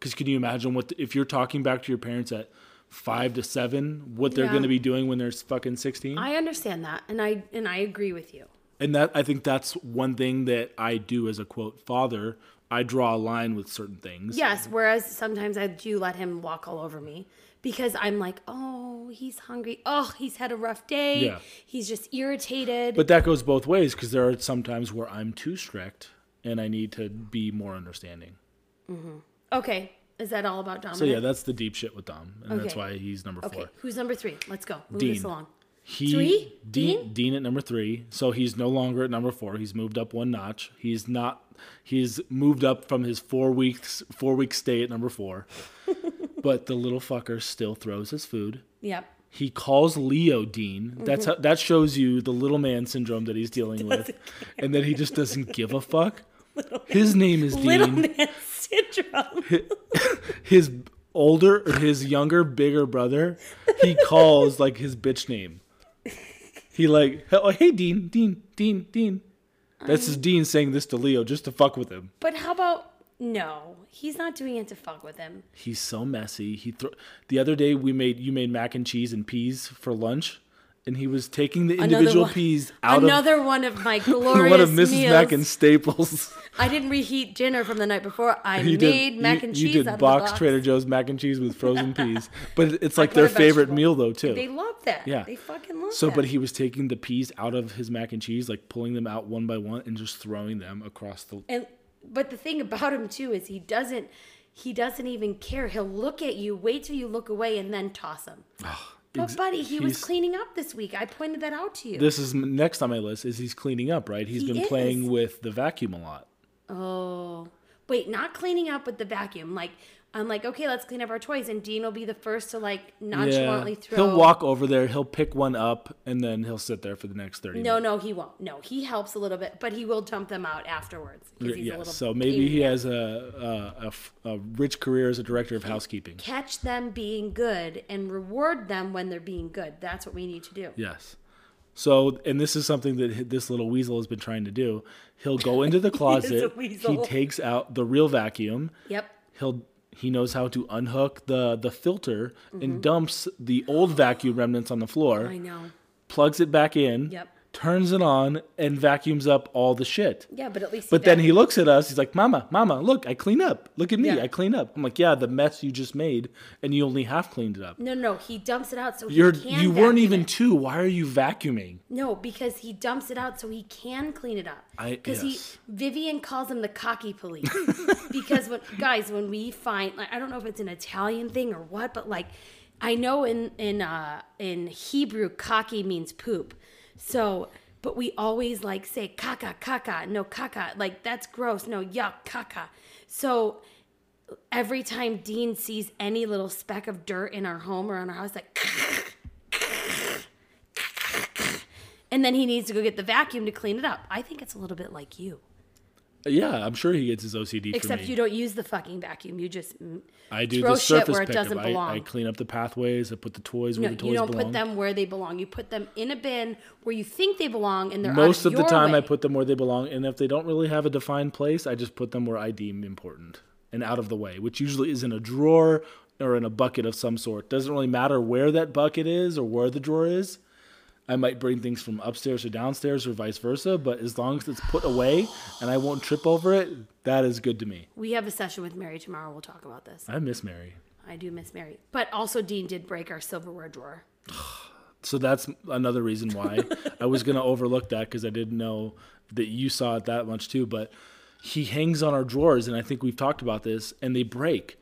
S3: Cuz can you imagine what if you're talking back to your parents at 5 to 7 what they're
S1: Yeah.
S3: going to be doing when they're fucking 16?
S1: I understand that, and I and I agree with you.
S3: and that I think that's one thing that I do as a quote father. I draw a line with certain things.
S1: Yes, whereas sometimes I do let him walk all over me because I'm like, oh, he's hungry. Oh, he's had a rough day.
S3: Yeah.
S1: He's just irritated.
S3: But that goes both ways because there are some times where I'm too strict and I need to be more understanding.
S1: okay, is that all about Dominic?
S3: So yeah, that's the deep shit with Dom, and that's
S1: Uh-huh. Okay.
S3: why he's number
S1: okay,
S3: four.
S1: who's number three? Let's go. Move this
S3: Dean.
S1: along.
S3: He
S1: Three?
S3: Dean,
S1: Dean?
S3: Dean at number three. So he's no longer at number four. He's moved up one notch. He's not. He's moved up from his four weeks four week stay at number four. but the little fucker still throws his food.
S1: Yep.
S3: He calls Leo Dean. That's
S1: Mm-hmm.
S3: how, that shows you the little man syndrome that he's dealing with, and that he just doesn't give a fuck. His name is
S1: Little
S3: Dean.
S1: man syndrome.
S3: His older, or his younger, bigger brother, he calls like his bitch name. He like, oh hey Dean, Dean, Dean, Dean. That's
S1: Um.
S3: his Dean saying this to Leo just to fuck with him.
S1: but how about no? He's not doing it to fuck with him.
S3: He's so messy. He thro- the other day we made you made mac and cheese and peas for lunch, and he was taking the individual
S1: one-
S3: peas out of
S1: Another one of my glorious
S3: one of Mrs.
S1: meals.
S3: Mac and Staples.
S1: I didn't reheat dinner from the night before. I
S3: You
S1: made mac
S3: you-
S1: and
S3: you
S1: cheese
S3: did
S1: out of
S3: box,
S1: the box.
S3: Trader Joe's mac and cheese with frozen peas, but it's like
S1: put
S3: their
S1: a
S3: favorite
S1: vegetable.
S3: meal though too.
S1: They love that.
S3: Yeah.
S1: They fucking love
S3: so,
S1: that.
S3: but he was taking the peas out of his mac and cheese, like pulling them out one by one and just throwing them across the.
S1: and but the thing about him too is he doesn't he doesn't even care. He'll look at you, wait till you look away, and then toss him. but
S3: ex-
S1: buddy, he was
S3: he's-
S1: cleaning up this week. I pointed that out to you.
S3: This is m- next on my list. Is he's cleaning up? Right, he's
S1: He
S3: been
S1: is.
S3: playing with the vacuum a lot.
S1: oh, wait, not cleaning up with the vacuum. Like I'm like, okay, let's clean up our toys, and Dean will be the first to like nonchalantly throw.
S3: he'll walk over there. He'll pick one up and then he'll sit there for the next thirty.
S1: No,
S3: minutes.
S1: no, he won't. No, he helps a little bit, but he will dump them out afterwards. 'cause he's a
S3: Yes,
S1: little
S3: so maybe
S1: pain.
S3: he has a, a- a f- a rich career as a director of housekeeping.
S1: catch them being good and reward them when they're being good. That's what we need to do.
S3: Yes. So, and this is something that hi- this little weasel has been trying to do. He'll go into the closet.
S1: weasel.
S3: He takes out the real vacuum.
S1: Yep.
S3: He'll he knows how to unhook the the filter and dumps the old vacuum remnants on the floor.
S1: Mm-hmm. I know.
S3: Plugs it back in.
S1: Yep.
S3: turns it on, and vacuums up all the shit.
S1: Yeah, but at least.
S3: But then he looks at us. He's like, "Mama, Mama, look! I clean up. Look at me!
S1: Yeah.
S3: I clean up." I'm like, "Yeah, the mess you just made, and you only half cleaned it up.
S1: No, no, he dumps it out so
S3: You're
S1: he can.
S3: you weren't
S1: vacuum
S3: even
S1: it.
S3: two. Why are you vacuuming?"
S1: No, because he dumps it out so he can clean it up.
S3: I-
S1: because
S3: yes.
S1: he Vivian calls him the cocky police. because when guys, when we find like I don't know if it's an Italian thing or what, but like I know in in uh in Hebrew cocky means poop. So but we always like say kaka kaka, no kaka, like that's gross, no yuck, kaka. So every time Dean sees any little speck of dirt in our home or on our house, like and then he needs to go get the vacuum to clean it up. I think it's a little bit like you,
S3: Yeah, I'm sure he gets his OCD.
S1: except
S3: from me.
S1: you don't use the fucking vacuum. You just mm,
S3: I do
S1: throw
S3: the
S1: shit
S3: surface
S1: where it
S3: pickup.
S1: doesn't
S3: I-
S1: belong.
S3: I, clean up the pathways. I put the toys
S1: no,
S3: where the toys
S1: you don't
S3: belong.
S1: put them where they belong. You put them in a bin where you think they belong, and they're
S3: Most
S1: out of,
S3: of the
S1: your
S3: time,
S1: way.
S3: I put them where they belong, and if they don't really have a defined place, I just put them where I deem important and out of the way, which usually is in a drawer or in a bucket of some sort. Doesn't really matter where that bucket is or where the drawer is. I might bring things from upstairs or downstairs or vice versa, but as long as it's put away and I won't trip over it, that is good to me.
S1: We have a session with Mary tomorrow. We'll talk about this.
S3: I miss Mary.
S1: I do miss Mary, but also Dean did break our silverware drawer.
S3: So that's another reason why I was going to overlook that because I didn't know that you saw it that much too. But he hangs on our drawers, and I think we've talked about this, and they break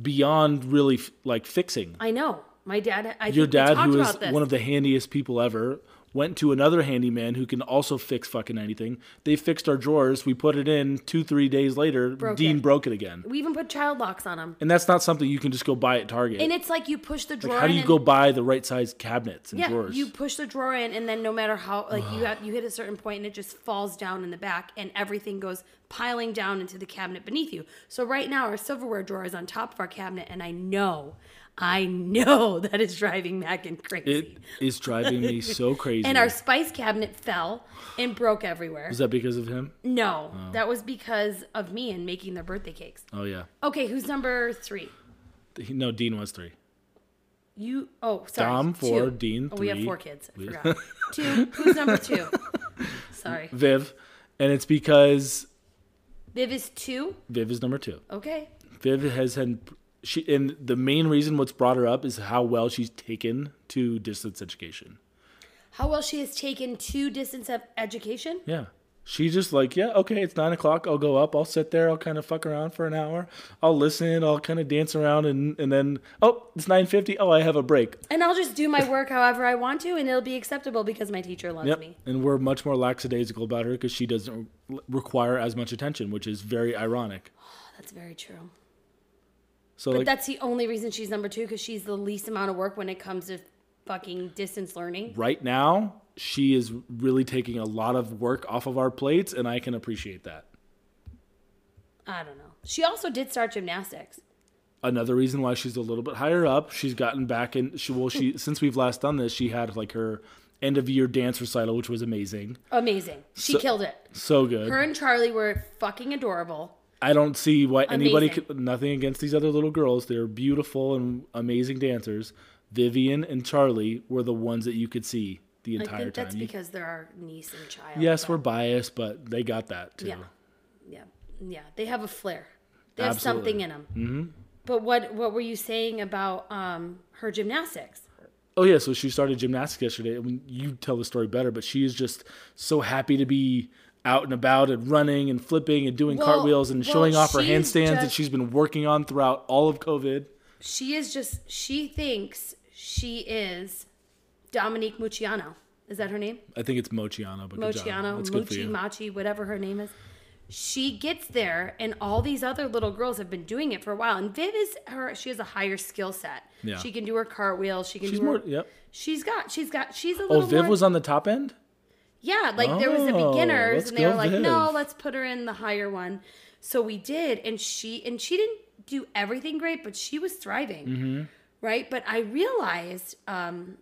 S3: beyond really f- like fixing.
S1: I know. My dad. I
S3: Your
S1: think we
S3: dad,
S1: talked
S3: who is
S1: about this.
S3: one of the handiest people ever, went to another handyman who can also fix fucking anything. They fixed our drawers. We put it in two, three days later. Dean
S1: it.
S3: broke it again.
S1: we even put child locks on them,
S3: And that's not something you can just go buy at Target.
S1: and it's like you push the drawer.
S3: How do
S1: in
S3: you
S1: and-
S3: go buy the right size cabinets and
S1: Yeah,
S3: drawers?
S1: you push the drawer in, and then no matter how, like you have, you hit a certain point, and it just falls down in the back, and everything goes piling down into the cabinet beneath you. So right now, our silverware drawer is on top of our cabinet, and I know, I know that is driving Mackin crazy.
S3: It is driving me so crazy.
S1: and our spice cabinet fell and broke everywhere.
S3: Is that because of him?
S1: No, that was because of me and making their birthday cakes.
S3: Oh yeah.
S1: Okay, who's number three?
S3: He- No, Dean was three.
S1: You oh sorry.
S3: Dom,
S1: Two.
S3: four, Dean,
S1: Oh, we have
S3: three.
S1: four kids. I forgot. two. Who's number two? Sorry.
S3: Viv, and it's because
S1: Viv is two.
S3: Viv is number two.
S1: Okay.
S3: Viv has had she, and the main reason what's brought her up is how well she's taken to distance education.
S1: How well she has taken two distance of education.
S3: Yeah. She's just like, yeah, okay, it's nine o'clock. I'll go up. I'll sit there. I'll kind of fuck around for an hour. I'll listen. I'll kind of dance around, and and then oh, it's nine fifty. Oh, I have a break.
S1: And I'll just do my work however I want to, and it'll be acceptable because my teacher loves
S3: Yep.
S1: me.
S3: And we're much more lackadaisical about her because she doesn't re- require as much attention, which is very ironic.
S1: Oh, That's very true.
S3: So
S1: But
S3: like,
S1: that's the only reason she's number two because she's the least amount of work when it comes to fucking distance learning.
S3: right now she is really taking a lot of work off of our plates and i can appreciate that
S1: I don't know. She also did start gymnastics.
S3: another reason why she's a little bit higher up she's gotten back in she well she since we've last done this she had like her end of year dance recital which was amazing
S1: Amazing. She
S3: So-
S1: killed it.
S3: so good
S1: Her and Charlie were fucking adorable.
S3: i don't see why anybody
S1: Amazing.
S3: could nothing against these other little girls they're beautiful and amazing dancers vivian and charlie were the ones that you could see the
S1: I
S3: entire
S1: think
S3: time
S1: that's
S3: You-
S1: because they're our niece and child.
S3: yes we're biased but they got that too
S1: Yeah. Yeah. Yeah. They have a flair. They have
S3: Absolutely.
S1: something in them. Mm-hmm. But what what were you saying about um, her gymnastics?
S3: Oh yeah, so she started gymnastics yesterday. I mean, you tell the story better, but she is just so happy to be out and about and running and flipping and doing
S1: Well-
S3: cartwheels and
S1: well,
S3: showing off her
S1: she's
S3: handstands that
S1: just-
S3: she's been working on throughout all of COVID.
S1: She is just she thinks she is Dominique Mucciano. Is that her name?
S3: I think it's Mochiano, but good job.
S1: Mochiano,
S3: That's good for
S1: Mochi
S3: you.
S1: Machi, whatever her name is. She gets there, and all these other little girls have been doing it for a while. And Viv is her; she has a higher skill set.
S3: Yeah.
S1: She can do her cartwheel. She can
S3: She's
S1: do her.
S3: more. Yep.
S1: She's got. She's got. She's a
S3: Oh,
S1: little.
S3: Viv
S1: more,
S3: was on the top end.
S1: Yeah, like there was the
S3: Oh,
S1: beginners,
S3: let's
S1: and they were
S3: go
S1: like, "No,
S3: Viv."
S1: let's put her in the higher one." So we did, and she and she didn't do everything great, but she was thriving,
S3: Mm-hmm.
S1: right? But I realized um,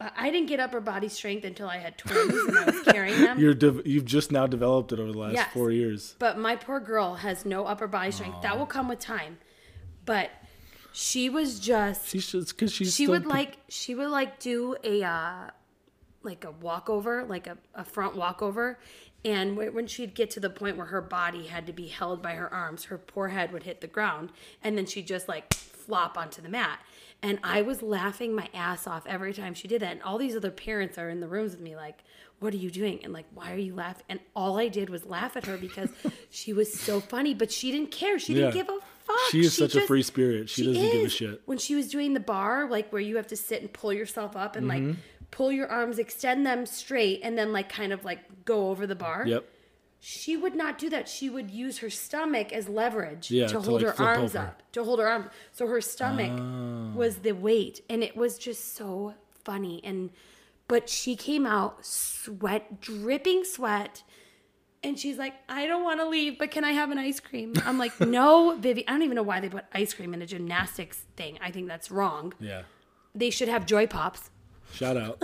S1: I I didn't get upper body strength until I had twins and I was carrying them.
S3: You're de- you've just now developed it over the last
S1: Yes.
S3: four years.
S1: But my poor girl has no upper body strength. That will come with time. But she was just
S3: She's just because she's
S1: she
S3: still
S1: would
S3: p-
S1: like she would like do a uh like a walkover, like a, a front walkover. And wh- when she'd get to the point where her body had to be held by her arms, her poor head would hit the ground, and then she'd just like flop onto the mat. And I was laughing my ass off every time she did that. And all these other parents are in the rooms with me, like, what are you doing? And like, why are you laughing? And all I did was laugh at her because she was so funny, but she didn't care. She didn't
S3: Yeah.
S1: give a fuck.
S3: She is such a
S1: just-
S3: free spirit. She doesn't give a shit.
S1: When she was doing the bar, like where you have to sit and pull yourself up and like pull your arms, extend them straight, and then like kind of like go over the bar.
S3: Yep.
S1: She would not do that. She would use her stomach as leverage
S3: Yeah,
S1: to,
S3: to,
S1: hold
S3: like,
S1: her
S3: flip
S1: arms
S3: over. Ah.
S1: up, to hold her arms. So her stomach was the weight, and it was just so funny. And but she came out sweat, dripping sweat. And she's like, I don't want to leave, but can I have an ice cream? I'm like, no, Vivi. I don't even know why they put ice cream in a gymnastics thing. I think that's wrong.
S3: Yeah.
S1: They should have Joy Pops.
S3: Shout out.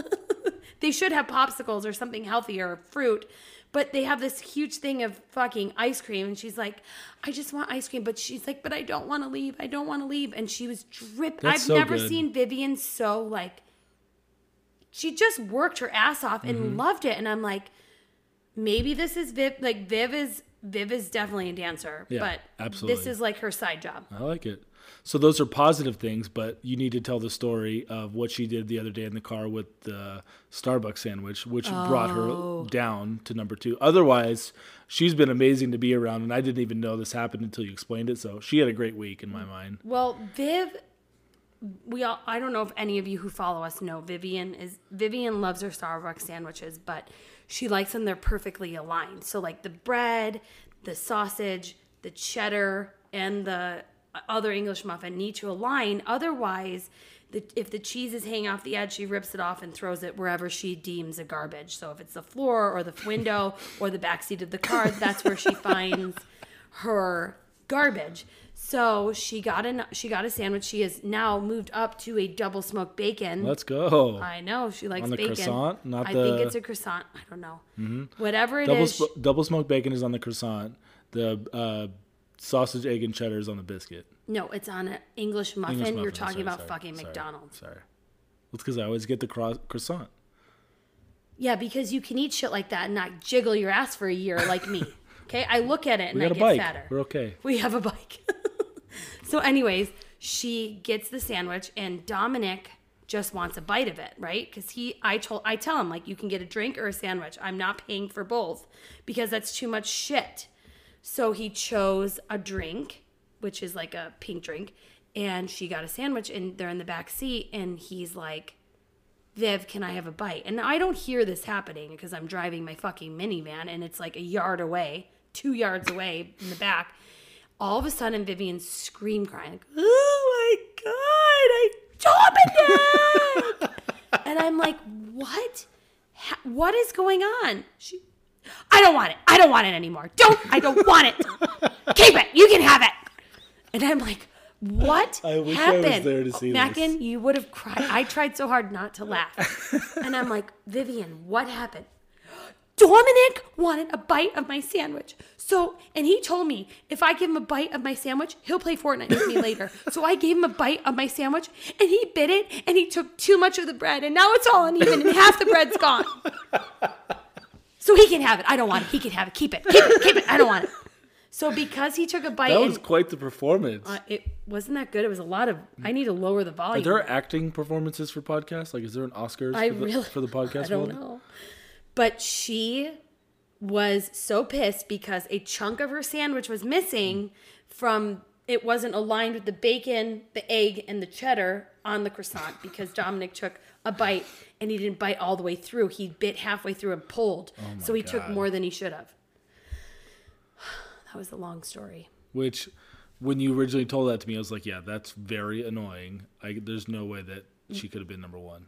S1: They should have popsicles or something healthier, fruit. But they have this huge thing of fucking ice cream. And she's like, I just want ice cream. But she's like, but I don't want to leave. I don't want to leave. And she was dripping.
S3: That's
S1: I've
S3: so
S1: never
S3: good.
S1: seen Vivian so like, she just worked her ass off and
S3: Mm-hmm.
S1: loved it. And I'm like, maybe this is Viv. Like, Viv is. Viv is definitely a dancer,
S3: Yeah,
S1: but this
S3: absolutely.
S1: is like her side job.
S3: I like it. So those are positive things, but you need to tell the story of what she did the other day in the car with the Starbucks sandwich, which brought
S1: Oh.
S3: her down to number two. Otherwise, she's been amazing to be around, and I didn't even know this happened until you explained it. So she had a great week in
S1: Mm.
S3: my mind.
S1: Well, Viv, we all I don't know if any of you who follow us know Vivian is Vivian loves her Starbucks sandwiches, but she likes them they're perfectly aligned. So like the bread, the sausage, the cheddar, and the other English muffin need to align. Otherwise, the, if the cheeses hang off the edge, she rips it off and throws it wherever she deems a garbage. So if it's the floor or the window or the backseat of the car, that's where she finds her garbage. So she got an she got a sandwich. She has now moved up to a double smoked bacon.
S3: Let's go.
S1: I know she likes
S3: On the
S1: bacon.
S3: croissant, not
S1: I
S3: the- Mm-hmm.
S1: think it's a croissant. I don't know. Whatever it is.
S3: double sp- double smoked bacon is on the croissant. The uh, sausage, egg, and cheddar is on the biscuit.
S1: no, it's on an English muffin.
S3: English
S1: You're
S3: muffin,
S1: talking
S3: sorry,
S1: about
S3: sorry,
S1: fucking
S3: sorry,
S1: McDonald's.
S3: Sorry, it's because I always get the cro- croissant.
S1: Yeah, because you can eat shit like that and not jiggle your ass for a year like me. Okay, I look at it and
S3: We
S1: I
S3: got a
S1: get
S3: bike.
S1: fatter.
S3: We're okay.
S1: We have a bike. so, anyways, she gets the sandwich, and Dominic just wants a bite of it, right? Because he, I told, I tell him like you can get a drink or a sandwich. I'm not paying for both because that's too much shit. So he chose a drink, which is like a pink drink, and she got a sandwich, and they're in the back seat, and he's like. Viv, can I have a bite? And I don't hear this happening because I'm driving my fucking minivan and it's like a yard away, two yards away in the back. All of a sudden, Vivian scream crying, like, "Oh my god, I Dominic!" and I'm like, "What? Ha- what is going on?" She, I don't want it. I don't want it anymore. Don't. I don't want it. Keep it. You can have it. And I'm like, "What
S3: I wish I was
S1: happened?"
S3: there to see this.
S1: Mackin, you would have cried. I tried so hard not to laugh. And I'm like, Vivian, what happened? Dominic wanted a bite of my sandwich. So, and he told me if I give him a bite of my sandwich, he'll play Fortnite with me later. So I gave him a bite of my sandwich and he bit it and he took too much of the bread and now it's all uneven and half the bread's gone. So he can have it. I don't want it. He can have it. Keep it. Keep it. Keep it. I don't want it. So because he took a bite
S3: That
S1: and
S3: was quite the performance.
S1: uh, it wasn't that good. It was a lot of I need to lower the volume.
S3: Are there acting performances for podcasts? Like, is there an Oscars
S1: I
S3: for, the,
S1: really
S3: for the podcast
S1: I don't
S3: world?
S1: know. But she was so pissed because a chunk of her sandwich was missing from it wasn't aligned with the bacon, the egg, and the cheddar on the croissant because Dominic took a bite and he didn't bite all the way through. He bit halfway through and pulled. so he took
S3: Oh God.
S1: more than he should have. That was a long story.
S3: Which, when you originally told that to me, I was like, yeah, that's very annoying. I, there's no way that she could have been number one.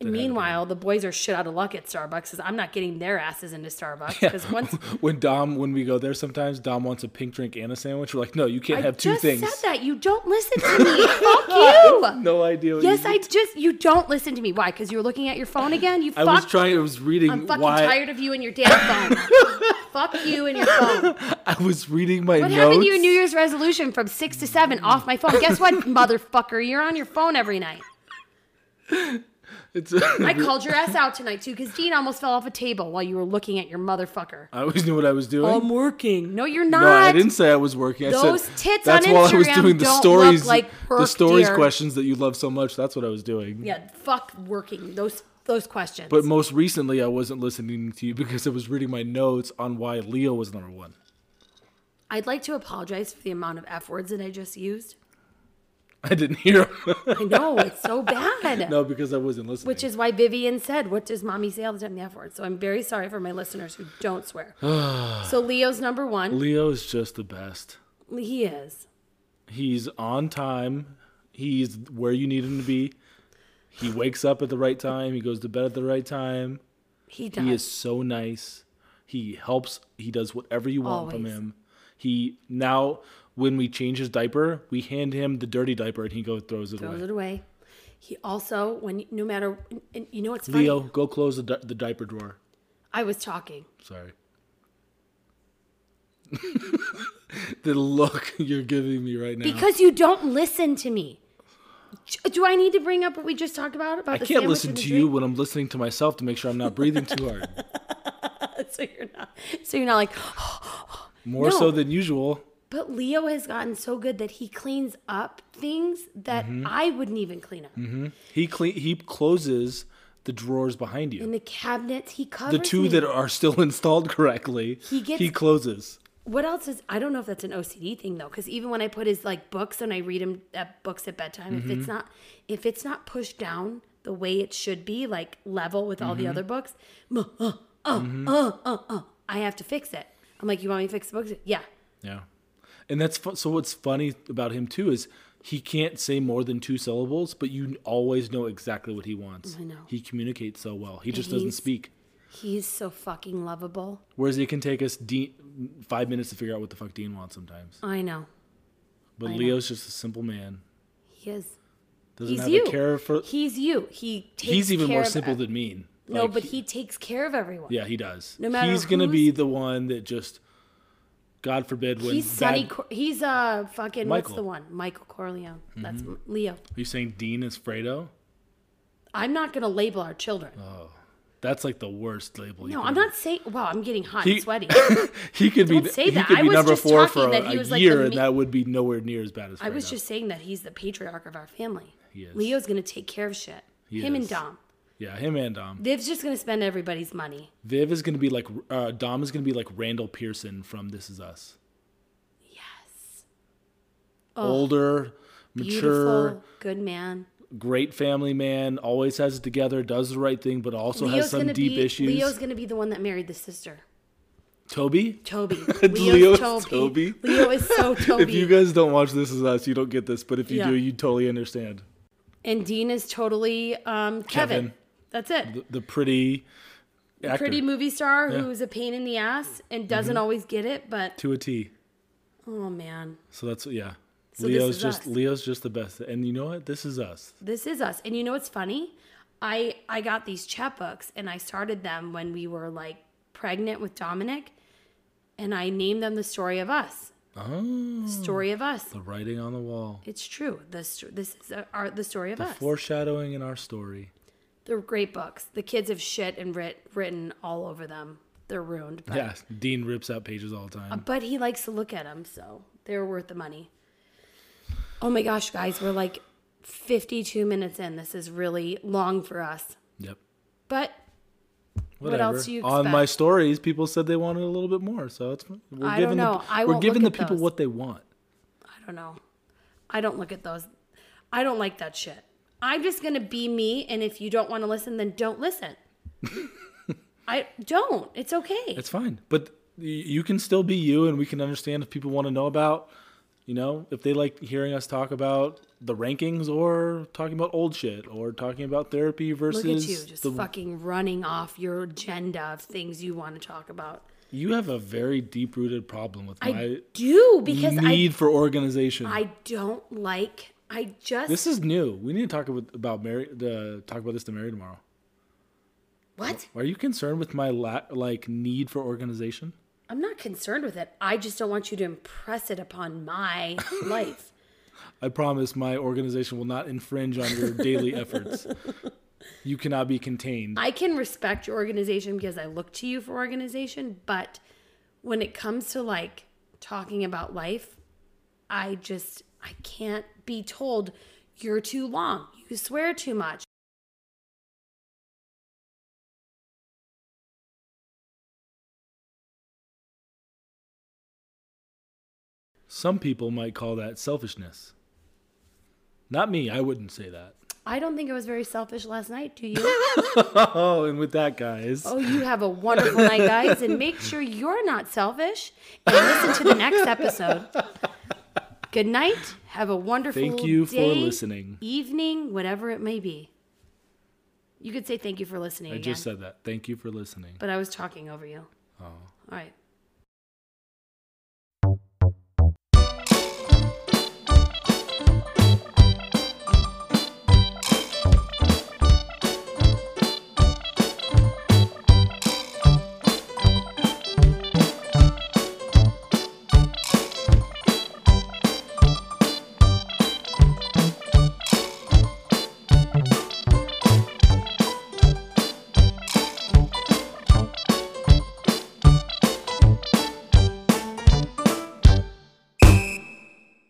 S1: Meanwhile, the boys are shit out of luck at Starbucks because I'm not getting their asses into Starbucks because once
S3: When Dom, when we go there sometimes, Dom wants a pink drink and a sandwich. We're like, no, you can't
S1: I
S3: have two
S1: just
S3: things.
S1: said that you don't listen to me. Fuck you.
S3: No idea. What
S1: Yes,
S3: you
S1: I just you don't listen to me. Why? Because you were looking at your phone again. You
S3: I
S1: fuck.
S3: was trying. I was reading
S1: I'm fucking
S3: why
S1: tired of you and your damn phone. fuck you and your phone.
S3: I was reading my
S1: What
S3: notes.
S1: happened to your New Year's resolution from six to seven off my phone? Guess what, motherfucker? You're on your phone every night.
S3: It's
S1: I
S3: I
S1: called your ass out tonight too, because Dean almost fell off a table while you were looking at your motherfucker.
S3: always knew what I was doing.
S1: I'm working. No, you're not.
S3: no, I didn't say I was working. I
S1: Oh, Those
S3: said
S1: tits
S3: that's
S1: on
S3: while I was
S1: Instagram
S3: doing the
S1: don't look
S3: stories,
S1: like
S3: the
S1: work,
S3: stories
S1: dear.
S3: questions that you love so much. That's what I was doing.
S1: Yeah, fuck working. Those those questions.
S3: But most recently, I wasn't listening to you because I was reading my notes on why Leo was number one.
S1: I'd like to apologize for the amount of f words that I just used.
S3: I didn't hear.
S1: I know it's so bad.
S3: no, because I wasn't listening.
S1: Which is why Vivian said, "What does mommy say all the time?" The f word. So I'm very sorry for my listeners who don't swear. so Leo's number one.
S3: Leo is just the best.
S1: He is.
S3: He's on time. He's where you need him to be. He wakes up at the right time. He goes to bed at the right time.
S1: He does.
S3: He is so nice. He helps. He does whatever you want from
S1: Always.
S3: him. He now, when we change his diaper, we hand him the dirty diaper, and he go throws it
S1: throws
S3: away.
S1: it away. He also, when no matter, and you know what's funny?
S3: Leo, go close the, di- the diaper drawer.
S1: I was talking.
S3: Sorry. the look you're giving me right now.
S1: Because you don't listen to me. Do I need to bring up what we just talked about? About
S3: I
S1: the
S3: can't
S1: sandwich
S3: listen
S1: and the
S3: to
S1: drink?
S3: you when I'm listening to myself to make sure I'm not breathing too hard.
S1: so you're not. So you're not like. No.
S3: More so than usual.
S1: But Leo has gotten so good that he cleans up things that
S3: Mm-hmm.
S1: I wouldn't even clean up.
S3: He clean, he closes the drawers behind you.
S1: In the cabinets, he covers
S3: the two
S1: me.
S3: that are still installed correctly,
S1: He gets-
S3: closes.
S1: What else is? I don't know if that's an OCD thing though, because even when I put his like books and I read him at books at bedtime, if
S3: Mm-hmm.
S1: it's not if it's not pushed down the way it should be, like level with
S3: Mm-hmm.
S1: all the other books, mm, uh, uh, uh, uh, uh, I have to fix it. I'm like, you want me to fix the books? Yeah,
S3: Yeah, and that's fu- so. What's funny about him too is he can't say more than two syllables, but you always know exactly what he wants.
S1: I know.
S3: He communicates so well. He just doesn't
S1: he's-
S3: speak.
S1: he's so fucking lovable.
S3: Whereas it can take us Dean five minutes to figure out what the fuck Dean wants sometimes.
S1: I know
S3: But
S1: know.
S3: Leo's just a simple man.
S1: he is.
S3: Doesn't
S1: He's
S3: have
S1: you.
S3: a care for.
S1: He's you. He takes
S3: he's even
S1: care
S3: more
S1: of
S3: simple
S1: ev-
S3: than mean.
S1: no,
S3: Like,
S1: but he takes care of everyone.
S3: Yeah, he does.
S1: No matter
S3: he's gonna be
S1: who's-
S3: the one that just, God forbid, when
S1: He's
S3: bad-
S1: Sonny. Cor- he's uh fucking what's
S3: Michael. Mm-hmm.
S1: the one? Michael Corleone. That's Leo.
S3: Are you saying Dean is Fredo?
S1: I'm not gonna label our children.
S3: Oh, That's like the worst label. you
S1: no,
S3: could
S1: I'm
S3: have.
S1: not saying. Wow, I'm getting hot
S3: He-
S1: and sweaty.
S3: He could be.
S1: Don't say
S3: he
S1: that.
S3: could
S1: I
S3: be
S1: was
S3: number
S1: just
S3: four
S1: talking
S3: for
S1: that he
S3: a
S1: was like the
S3: year, and
S1: me-
S3: that would be nowhere near as bad as.
S1: I was
S3: Fredo.
S1: just saying that he's the patriarch of our family.
S3: He is.
S1: Leo's gonna take care of shit.
S3: He
S1: Him
S3: is.
S1: and Dom.
S3: Yeah, him and Dom.
S1: Viv's just gonna spend everybody's money.
S3: Viv is gonna be like. Uh, Dom is gonna be like Randall Pearson from This Is Us. Yes. Older, mature,
S1: Beautiful, good man.
S3: great family man. Always has it together. Does the right thing, but also has some
S1: gonna
S3: deep
S1: be
S3: issues.
S1: Leo's gonna be the one that married the sister.
S3: Toby.
S1: Toby.
S3: Leo
S1: Leo's
S3: is
S1: Toby.
S3: Toby?
S1: Leo is so Toby.
S3: If you guys don't watch This Is Us, you don't get this. But if you
S1: Yeah.
S3: do, you totally understand.
S1: and Dean is totally um, Kevin.
S3: Kevin.
S1: That's it.
S3: The, the pretty. Actor, Mm-hmm.
S1: pretty movie star who's a pain in the ass and doesn't always get it, but
S3: to a T.
S1: oh man,
S3: So that's yeah.
S1: this
S3: Leo's
S1: is
S3: just
S1: us.
S3: Leo's just the best. And you know what? This is us.
S1: this is us. And you know what's funny? I I got these chapbooks and I started them when we were like pregnant with Dominic, and I named them the story of us.
S3: Oh,
S1: The story of us.
S3: the writing on the wall.
S1: It's true. The st- this is uh, our the story of
S3: The
S1: us.
S3: foreshadowing in our story.
S1: They're great books. The kids have shit and writ- written all over them. They're ruined. But,
S3: Yeah, Dean rips out pages all the time.
S1: Uh, but he likes to look at them, so they're worth the money. Oh my gosh, guys, we're like 52 minutes in. This is really long for us.
S3: Yep.
S1: But
S3: Whatever.
S1: else do you
S3: On my
S1: expect?
S3: stories, people said they wanted a little bit more, so it's fine. we're
S1: I don't
S3: giving
S1: know.
S3: The,
S1: I
S3: we're
S1: won't
S3: giving
S1: look
S3: the
S1: at
S3: people
S1: those.
S3: what they want.
S1: I don't know. I don't look at those. I don't like that shit. I'm just going to be me and if you don't want to listen, then don't listen. I don't. It's okay.
S3: It's fine. But y- you can still be you, and we can understand if people want to know about, you know, if they like hearing us talk about the rankings or talking about old shit or talking about therapy versus
S1: look at you just
S3: the
S1: fucking running off your agenda of things you want to talk about.
S3: You have a very deep rooted problem with my
S1: I do because I
S3: need for organization.
S1: I don't like I just
S3: this is new. We need to talk about, about Mary. Uh, talk about this to Mary tomorrow.
S1: what?
S3: Are you concerned with my la- like need for organization?
S1: I'm not concerned with it. I just don't want you to impress it upon my life.
S3: I promise my organization will not infringe on your daily efforts. You cannot be contained.
S1: I can respect your organization because I look to you for organization, but when it comes to like talking about life, I just I can't be told you're too long. You swear too much.
S3: Some people might call that selfishness. Not me. I wouldn't say that.
S1: I don't think I was very selfish last night, do you?
S3: Oh, and with that, guys.
S1: oh, you have a wonderful night, guys, and make sure you're not selfish and listen to the next episode. Good night. Have a wonderful
S3: Thank you for
S1: day,
S3: listening.
S1: Evening, whatever it may be. You could say thank you for listening.
S3: I
S1: again,
S3: just said that. Thank you for listening.
S1: but I was talking over you. Oh. All right.